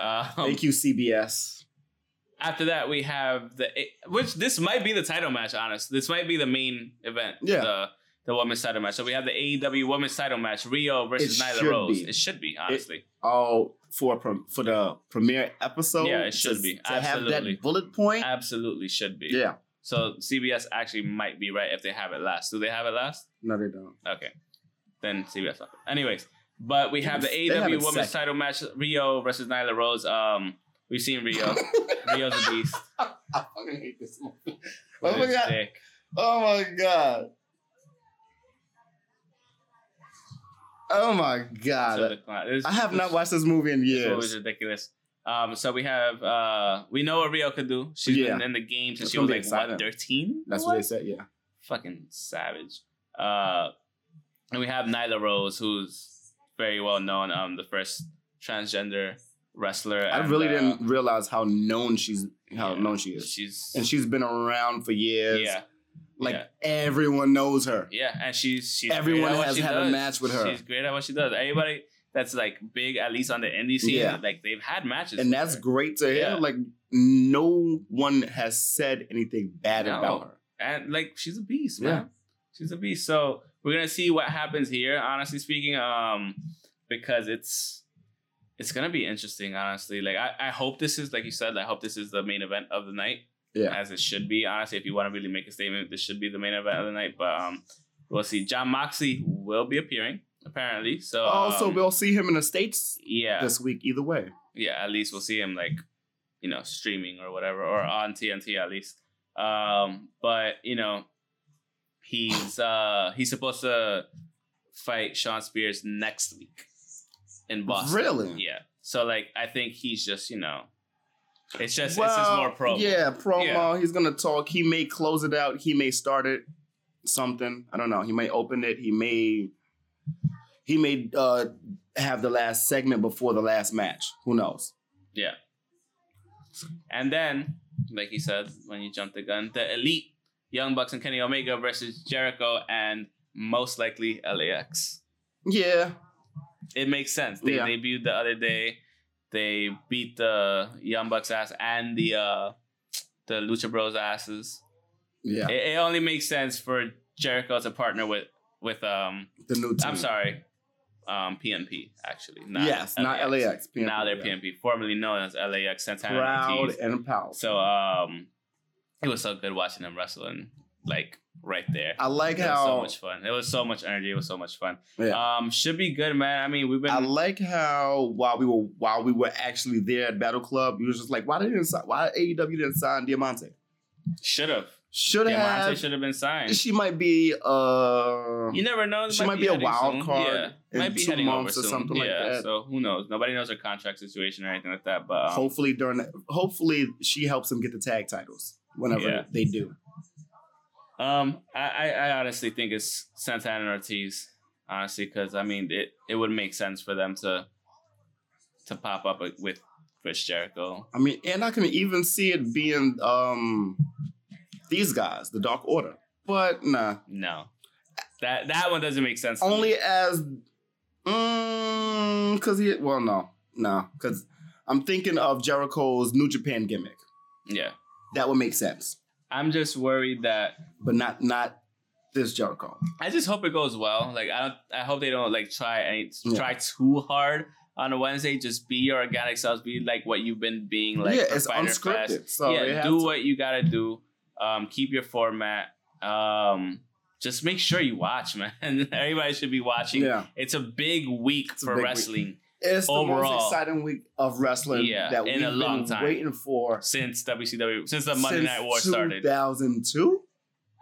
Speaker 3: Um,
Speaker 2: Thank you, CBS.
Speaker 3: after that, we have the which this might be the title match. Honest, this might be the main event.
Speaker 2: Yeah.
Speaker 3: The, the women's title match. So we have the AEW women's title match: Rio versus
Speaker 2: It
Speaker 3: Nyla
Speaker 2: should
Speaker 3: Rose.
Speaker 2: be.
Speaker 3: It should be honestly.
Speaker 2: Oh, for pre- for the premiere episode.
Speaker 3: Yeah, it should
Speaker 2: to-
Speaker 3: be.
Speaker 2: to have
Speaker 3: Absolutely.
Speaker 2: that bullet point.
Speaker 3: Absolutely should be.
Speaker 2: Yeah.
Speaker 3: So CBS actually might be right if they have it last. Do they have it last?
Speaker 2: No, they don't.
Speaker 3: Okay. Then CBS. left it. Anyways, but we have the
Speaker 2: They have
Speaker 3: AEW
Speaker 2: it
Speaker 3: women's
Speaker 2: second.
Speaker 3: title match: Rio versus Nyla Rose. Um, we've seen Rio. Rio's a beast.
Speaker 2: I fucking hate this one.
Speaker 3: What
Speaker 2: Oh my
Speaker 3: is
Speaker 2: God.
Speaker 3: dick.
Speaker 2: Oh my god. Oh my god.
Speaker 3: So the clown- this-
Speaker 2: I have
Speaker 3: this-
Speaker 2: not watched this movie in
Speaker 3: It's always
Speaker 2: years.
Speaker 3: ridiculous. Um, so we have uh, we know what Rio could do. She's
Speaker 2: Yeah.
Speaker 3: been in the game since
Speaker 2: That's
Speaker 3: she
Speaker 2: gonna
Speaker 3: was
Speaker 2: be
Speaker 3: like
Speaker 2: exciting.
Speaker 3: what thirteen.
Speaker 2: That's what they said, yeah.
Speaker 3: Fucking savage. Uh, and we have Nyla Rose, who's very well known. Um, the first transgender wrestler.
Speaker 2: I
Speaker 3: and,
Speaker 2: really
Speaker 3: uh,
Speaker 2: didn't realize how known she's how
Speaker 3: yeah,
Speaker 2: known she is.
Speaker 3: She's
Speaker 2: and she's been around for years.
Speaker 3: yeah,
Speaker 2: Like
Speaker 3: yeah.
Speaker 2: everyone knows her.
Speaker 3: yeah, and she's she's
Speaker 2: Everyone
Speaker 3: great at what
Speaker 2: has
Speaker 3: she
Speaker 2: had a
Speaker 3: does.
Speaker 2: match with her.
Speaker 3: She's great at what she does. Anybody that's like big, at least on the indie scene,
Speaker 2: Yeah.
Speaker 3: like they've had matches,
Speaker 2: And
Speaker 3: with
Speaker 2: that's
Speaker 3: her.
Speaker 2: great to hear.
Speaker 3: Yeah.
Speaker 2: Like no one has said anything bad
Speaker 3: No.
Speaker 2: about her.
Speaker 3: and like she's a beast,
Speaker 2: Yeah.
Speaker 3: man. She's a beast. So we're gonna see what happens here, honestly speaking. Um, because it's it's gonna be interesting, honestly. Like I, I hope this is like you said, I hope this is the main event of the night.
Speaker 2: Yeah.
Speaker 3: As it should be. Honestly, if you want to really make a statement, this should be the main event of the night. But um we'll see. John Moxley will be appearing, apparently. So
Speaker 2: also,
Speaker 3: um,
Speaker 2: we'll see him in the States
Speaker 3: yeah.
Speaker 2: this week either way.
Speaker 3: yeah, at least we'll see him like, you know, streaming or whatever, or on TNT at least. Um, but you know, he's uh he's supposed to fight Sean Spears next week in Boston.
Speaker 2: Really?
Speaker 3: Yeah. So like, I think he's just you know, it's just it's just more pro.
Speaker 2: Yeah, promo.
Speaker 3: Yeah.
Speaker 2: He's gonna talk. He may close it out. He may start it. something. I don't know. He may open it. He may he may uh, have the last segment before the last match. Who knows?
Speaker 3: Yeah. And then, like he said, when you jump the gun, the elite Young Bucks and Kenny Omega versus Jericho and most likely LAX.
Speaker 2: Yeah,
Speaker 3: It makes sense. They
Speaker 2: Yeah.
Speaker 3: debuted the other day. They beat the Young Bucks ass and the uh the Lucha Bros asses.
Speaker 2: yeah.
Speaker 3: It, it only makes sense for Jericho to partner with with um
Speaker 2: The new team.
Speaker 3: I'm sorry, um PNP actually. Not
Speaker 2: yes, not LAX. PNP,
Speaker 3: Now they're
Speaker 2: yeah.
Speaker 3: PNP, formerly known as LAX. Santana and
Speaker 2: Proud
Speaker 3: Ortiz.
Speaker 2: and powerful.
Speaker 3: So um, it was so good watching them wrestling, like right there.
Speaker 2: I like
Speaker 3: It was so
Speaker 2: how
Speaker 3: much fun. It was so much energy. It was so much fun.
Speaker 2: Yeah.
Speaker 3: Um, should be good, man. I mean, we've been
Speaker 2: I like how while we were while we were actually there at Battle Club, you was just like, why didn't si- why AEW didn't sign Diamante?
Speaker 3: should have.
Speaker 2: Should
Speaker 3: Diamante
Speaker 2: have.
Speaker 3: should have been signed.
Speaker 2: She might be uh
Speaker 3: you never know. it
Speaker 2: she might be a
Speaker 3: heading
Speaker 2: wild
Speaker 3: soon.
Speaker 2: card in
Speaker 3: might be
Speaker 2: two
Speaker 3: heading over
Speaker 2: months or
Speaker 3: soon.
Speaker 2: something like
Speaker 3: yeah,
Speaker 2: that.
Speaker 3: So who knows? Nobody knows her contract situation or anything like that. But um,
Speaker 2: hopefully during the, hopefully she helps them get the tag titles whenever
Speaker 3: Yeah.
Speaker 2: they do.
Speaker 3: Um, I, I, I honestly think it's Santana and Ortiz, honestly, because I mean it, it would make sense for them to to pop up with Chris Jericho.
Speaker 2: I mean, and I can even see it being um these guys, the Dark Order. But nah,
Speaker 3: No, that that one doesn't make sense. to me.
Speaker 2: only as mm, cuz he well no. No, cuz I'm thinking of Jericho's New Japan gimmick.
Speaker 3: yeah.
Speaker 2: That would make sense.
Speaker 3: I'm just worried that
Speaker 2: But not not this Jericho.
Speaker 3: I just hope it goes well. Like I don't, I hope they don't like try any,
Speaker 2: Yeah.
Speaker 3: try too hard on a Wednesday. Just be your organic selves. Be like what you've been being like.
Speaker 2: yeah,
Speaker 3: for
Speaker 2: it's
Speaker 3: Fighter
Speaker 2: unscripted.
Speaker 3: Fest.
Speaker 2: So they
Speaker 3: yeah,
Speaker 2: have
Speaker 3: do
Speaker 2: to-
Speaker 3: what you gotta do. Um, keep your format. Um, just make sure you watch, man. Everybody should be watching.
Speaker 2: Yeah.
Speaker 3: It's a big week
Speaker 2: a
Speaker 3: for
Speaker 2: big week.
Speaker 3: wrestling
Speaker 2: It's the
Speaker 3: Overall.
Speaker 2: most exciting week of wrestling
Speaker 3: Yeah,
Speaker 2: that we've
Speaker 3: in a long
Speaker 2: been
Speaker 3: time.
Speaker 2: waiting for
Speaker 3: since WCW since the Monday Night War started.
Speaker 2: 2002?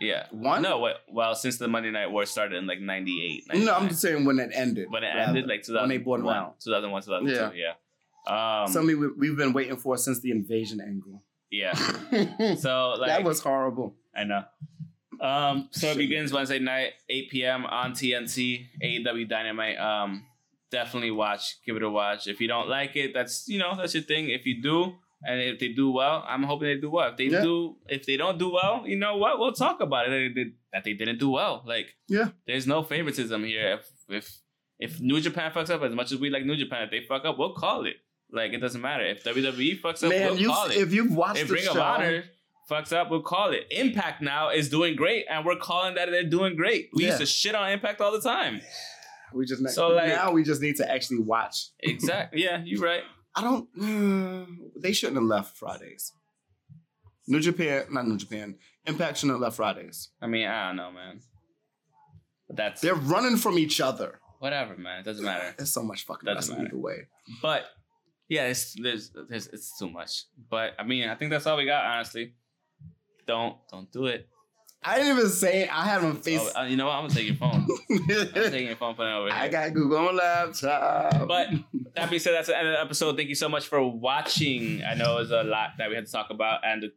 Speaker 3: Yeah.
Speaker 2: One?
Speaker 3: No, wait, well, since the Monday Night War started in like '98.
Speaker 2: No, I'm just saying when it ended.
Speaker 3: when it
Speaker 2: rather.
Speaker 3: ended, like 2001,
Speaker 2: when they bought him out.
Speaker 3: 2001, 2002. Yeah. Um,
Speaker 2: Something we, we've been waiting for since the invasion angle.
Speaker 3: yeah.
Speaker 2: that
Speaker 3: So like
Speaker 2: was horrible.
Speaker 3: I know. Um, so it begins Wednesday night, 8 p.m. on TNT, AEW E Dynamite. Um, definitely watch, give it a watch. If you don't like it, that's you know that's your thing. If you do, and if they do well, I'm hoping they do well. If they
Speaker 2: Yeah.
Speaker 3: do, if they don't do well, you know what? We'll talk about it. That they, did, that they didn't do well. Like
Speaker 2: Yeah.
Speaker 3: there's no favoritism here. If if if New Japan fucks up as much as we like New Japan, if they fuck up, we'll call it. Like it doesn't matter if WWE fucks up,
Speaker 2: Man,
Speaker 3: we'll
Speaker 2: you,
Speaker 3: call it
Speaker 2: if you've watched
Speaker 3: if
Speaker 2: the
Speaker 3: Ring
Speaker 2: show,
Speaker 3: of Honor fucks up, we'll call it. Impact now is doing great, and we're calling that they're doing great. We
Speaker 2: Yeah.
Speaker 3: used to shit on Impact all the time.
Speaker 2: we just ne-
Speaker 3: So, like-
Speaker 2: now we just need to actually watch.
Speaker 3: Exactly. yeah, you're right.
Speaker 2: I don't. uh, they shouldn't have left Fridays. New Japan, not New Japan. Impact shouldn't have left Fridays.
Speaker 3: I mean, I don't know, man. But that's
Speaker 2: They're running from each other.
Speaker 3: whatever, man. It doesn't matter.
Speaker 2: It's so much fucking
Speaker 3: Doesn't
Speaker 2: wrestling
Speaker 3: matter.
Speaker 2: either way.
Speaker 3: But yeah, it's there's, there's it's too much. But I mean, I think that's all we got, honestly. Don't don't do it.
Speaker 2: I didn't even say I had my face.
Speaker 3: Oh, uh, you know what? I'm gonna take your phone. I'm taking your phone, putting it over here.
Speaker 2: I got Google on my laptop.
Speaker 3: But that being said, that's the end of the episode. Thank you so much for watching. I know it was a lot that we had to talk about, and the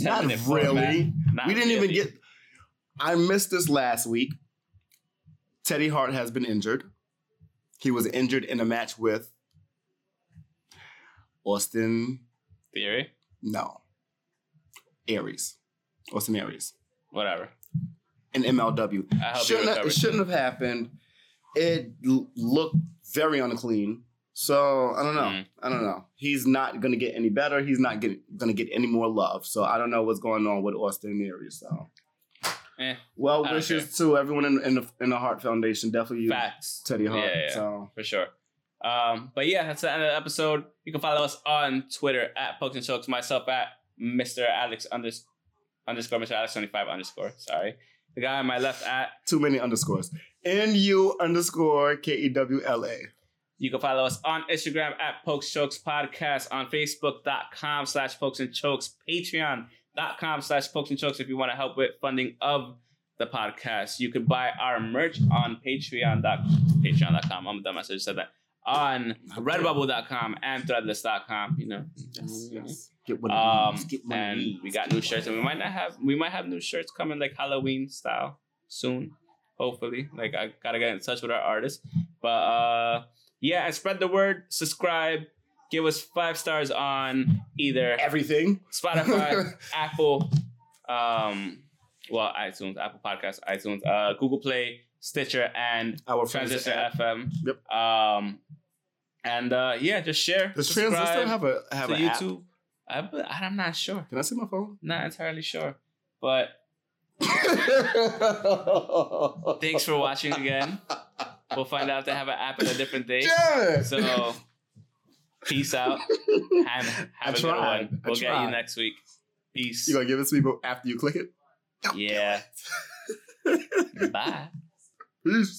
Speaker 3: 10
Speaker 2: not
Speaker 3: minute
Speaker 2: really.
Speaker 3: format- not
Speaker 2: we didn't even
Speaker 3: really.
Speaker 2: get. I missed this last week. Teddy Hart has been injured. He was injured in a match with Austin.
Speaker 3: theory.
Speaker 2: No, Aries. Austin Aries
Speaker 3: Whatever.
Speaker 2: in MLW.
Speaker 3: I hope you
Speaker 2: shouldn't have,
Speaker 3: recover.
Speaker 2: it shouldn't have happened. It l- looked very unclean. So I don't know.
Speaker 3: Mhm.
Speaker 2: I don't know. He's not gonna get any better. He's not get, gonna get any more love. So I don't know what's going on with Austin Aries. So,
Speaker 3: Eh, I
Speaker 2: well
Speaker 3: don't
Speaker 2: wishes to everyone in, in the in the Heart Foundation. Definitely you,
Speaker 3: Facts.
Speaker 2: Teddy Hart.
Speaker 3: Yeah, yeah,
Speaker 2: So
Speaker 3: for sure. Um, but yeah, that's the end of the episode. You can follow us on Twitter at Pokes and Chokes, myself at Mr. Alex unders- underscore Mr. Alex twenty five underscore. Sorry. The guy on my left at
Speaker 2: too many underscores. N U underscore K E W L A.
Speaker 3: You can follow us on Instagram at Pokes Chokes Podcast, on Facebook.com slash Pokes and Chokes, Patreon.com slash Pokes and Chokes if you want to help with funding of the podcast. You can buy our merch on Patreon.com. Patreon.com. I'm a dumbass. I just said that. On Redbubble.com and Threadless.com. You know.
Speaker 2: Yes, yes. Get one of
Speaker 3: Mm-hmm. Um,
Speaker 2: these. Get one of
Speaker 3: and
Speaker 2: these.
Speaker 3: we got new shirts, and we might not have we might have new shirts coming like Halloween style. soon, hopefully. Like I gotta get in touch with our artists. But uh yeah, and spread the word, subscribe, give us five stars on either
Speaker 2: Everything.
Speaker 3: Spotify, Apple, um well iTunes, Apple Podcasts, iTunes, uh Google Play, Stitcher, and
Speaker 2: Our friends.
Speaker 3: Transistor
Speaker 2: at-
Speaker 3: FM.
Speaker 2: Yep.
Speaker 3: Um and uh yeah, just share.
Speaker 2: Does
Speaker 3: subscribe
Speaker 2: Transistor have a have
Speaker 3: to
Speaker 2: a app?
Speaker 3: YouTube. I, but I'm not sure.
Speaker 2: Can I see my phone?
Speaker 3: Not entirely sure. But thanks for watching again. We'll find out if they have an app at a different day.
Speaker 2: Yeah.
Speaker 3: So peace out. And have
Speaker 2: I
Speaker 3: a good
Speaker 2: tried.
Speaker 3: one.
Speaker 2: I
Speaker 3: We'll get you
Speaker 2: tried.
Speaker 3: next week. Peace.
Speaker 2: You gonna give it to me but after you click it?
Speaker 3: yeah. Bye.
Speaker 2: Peace.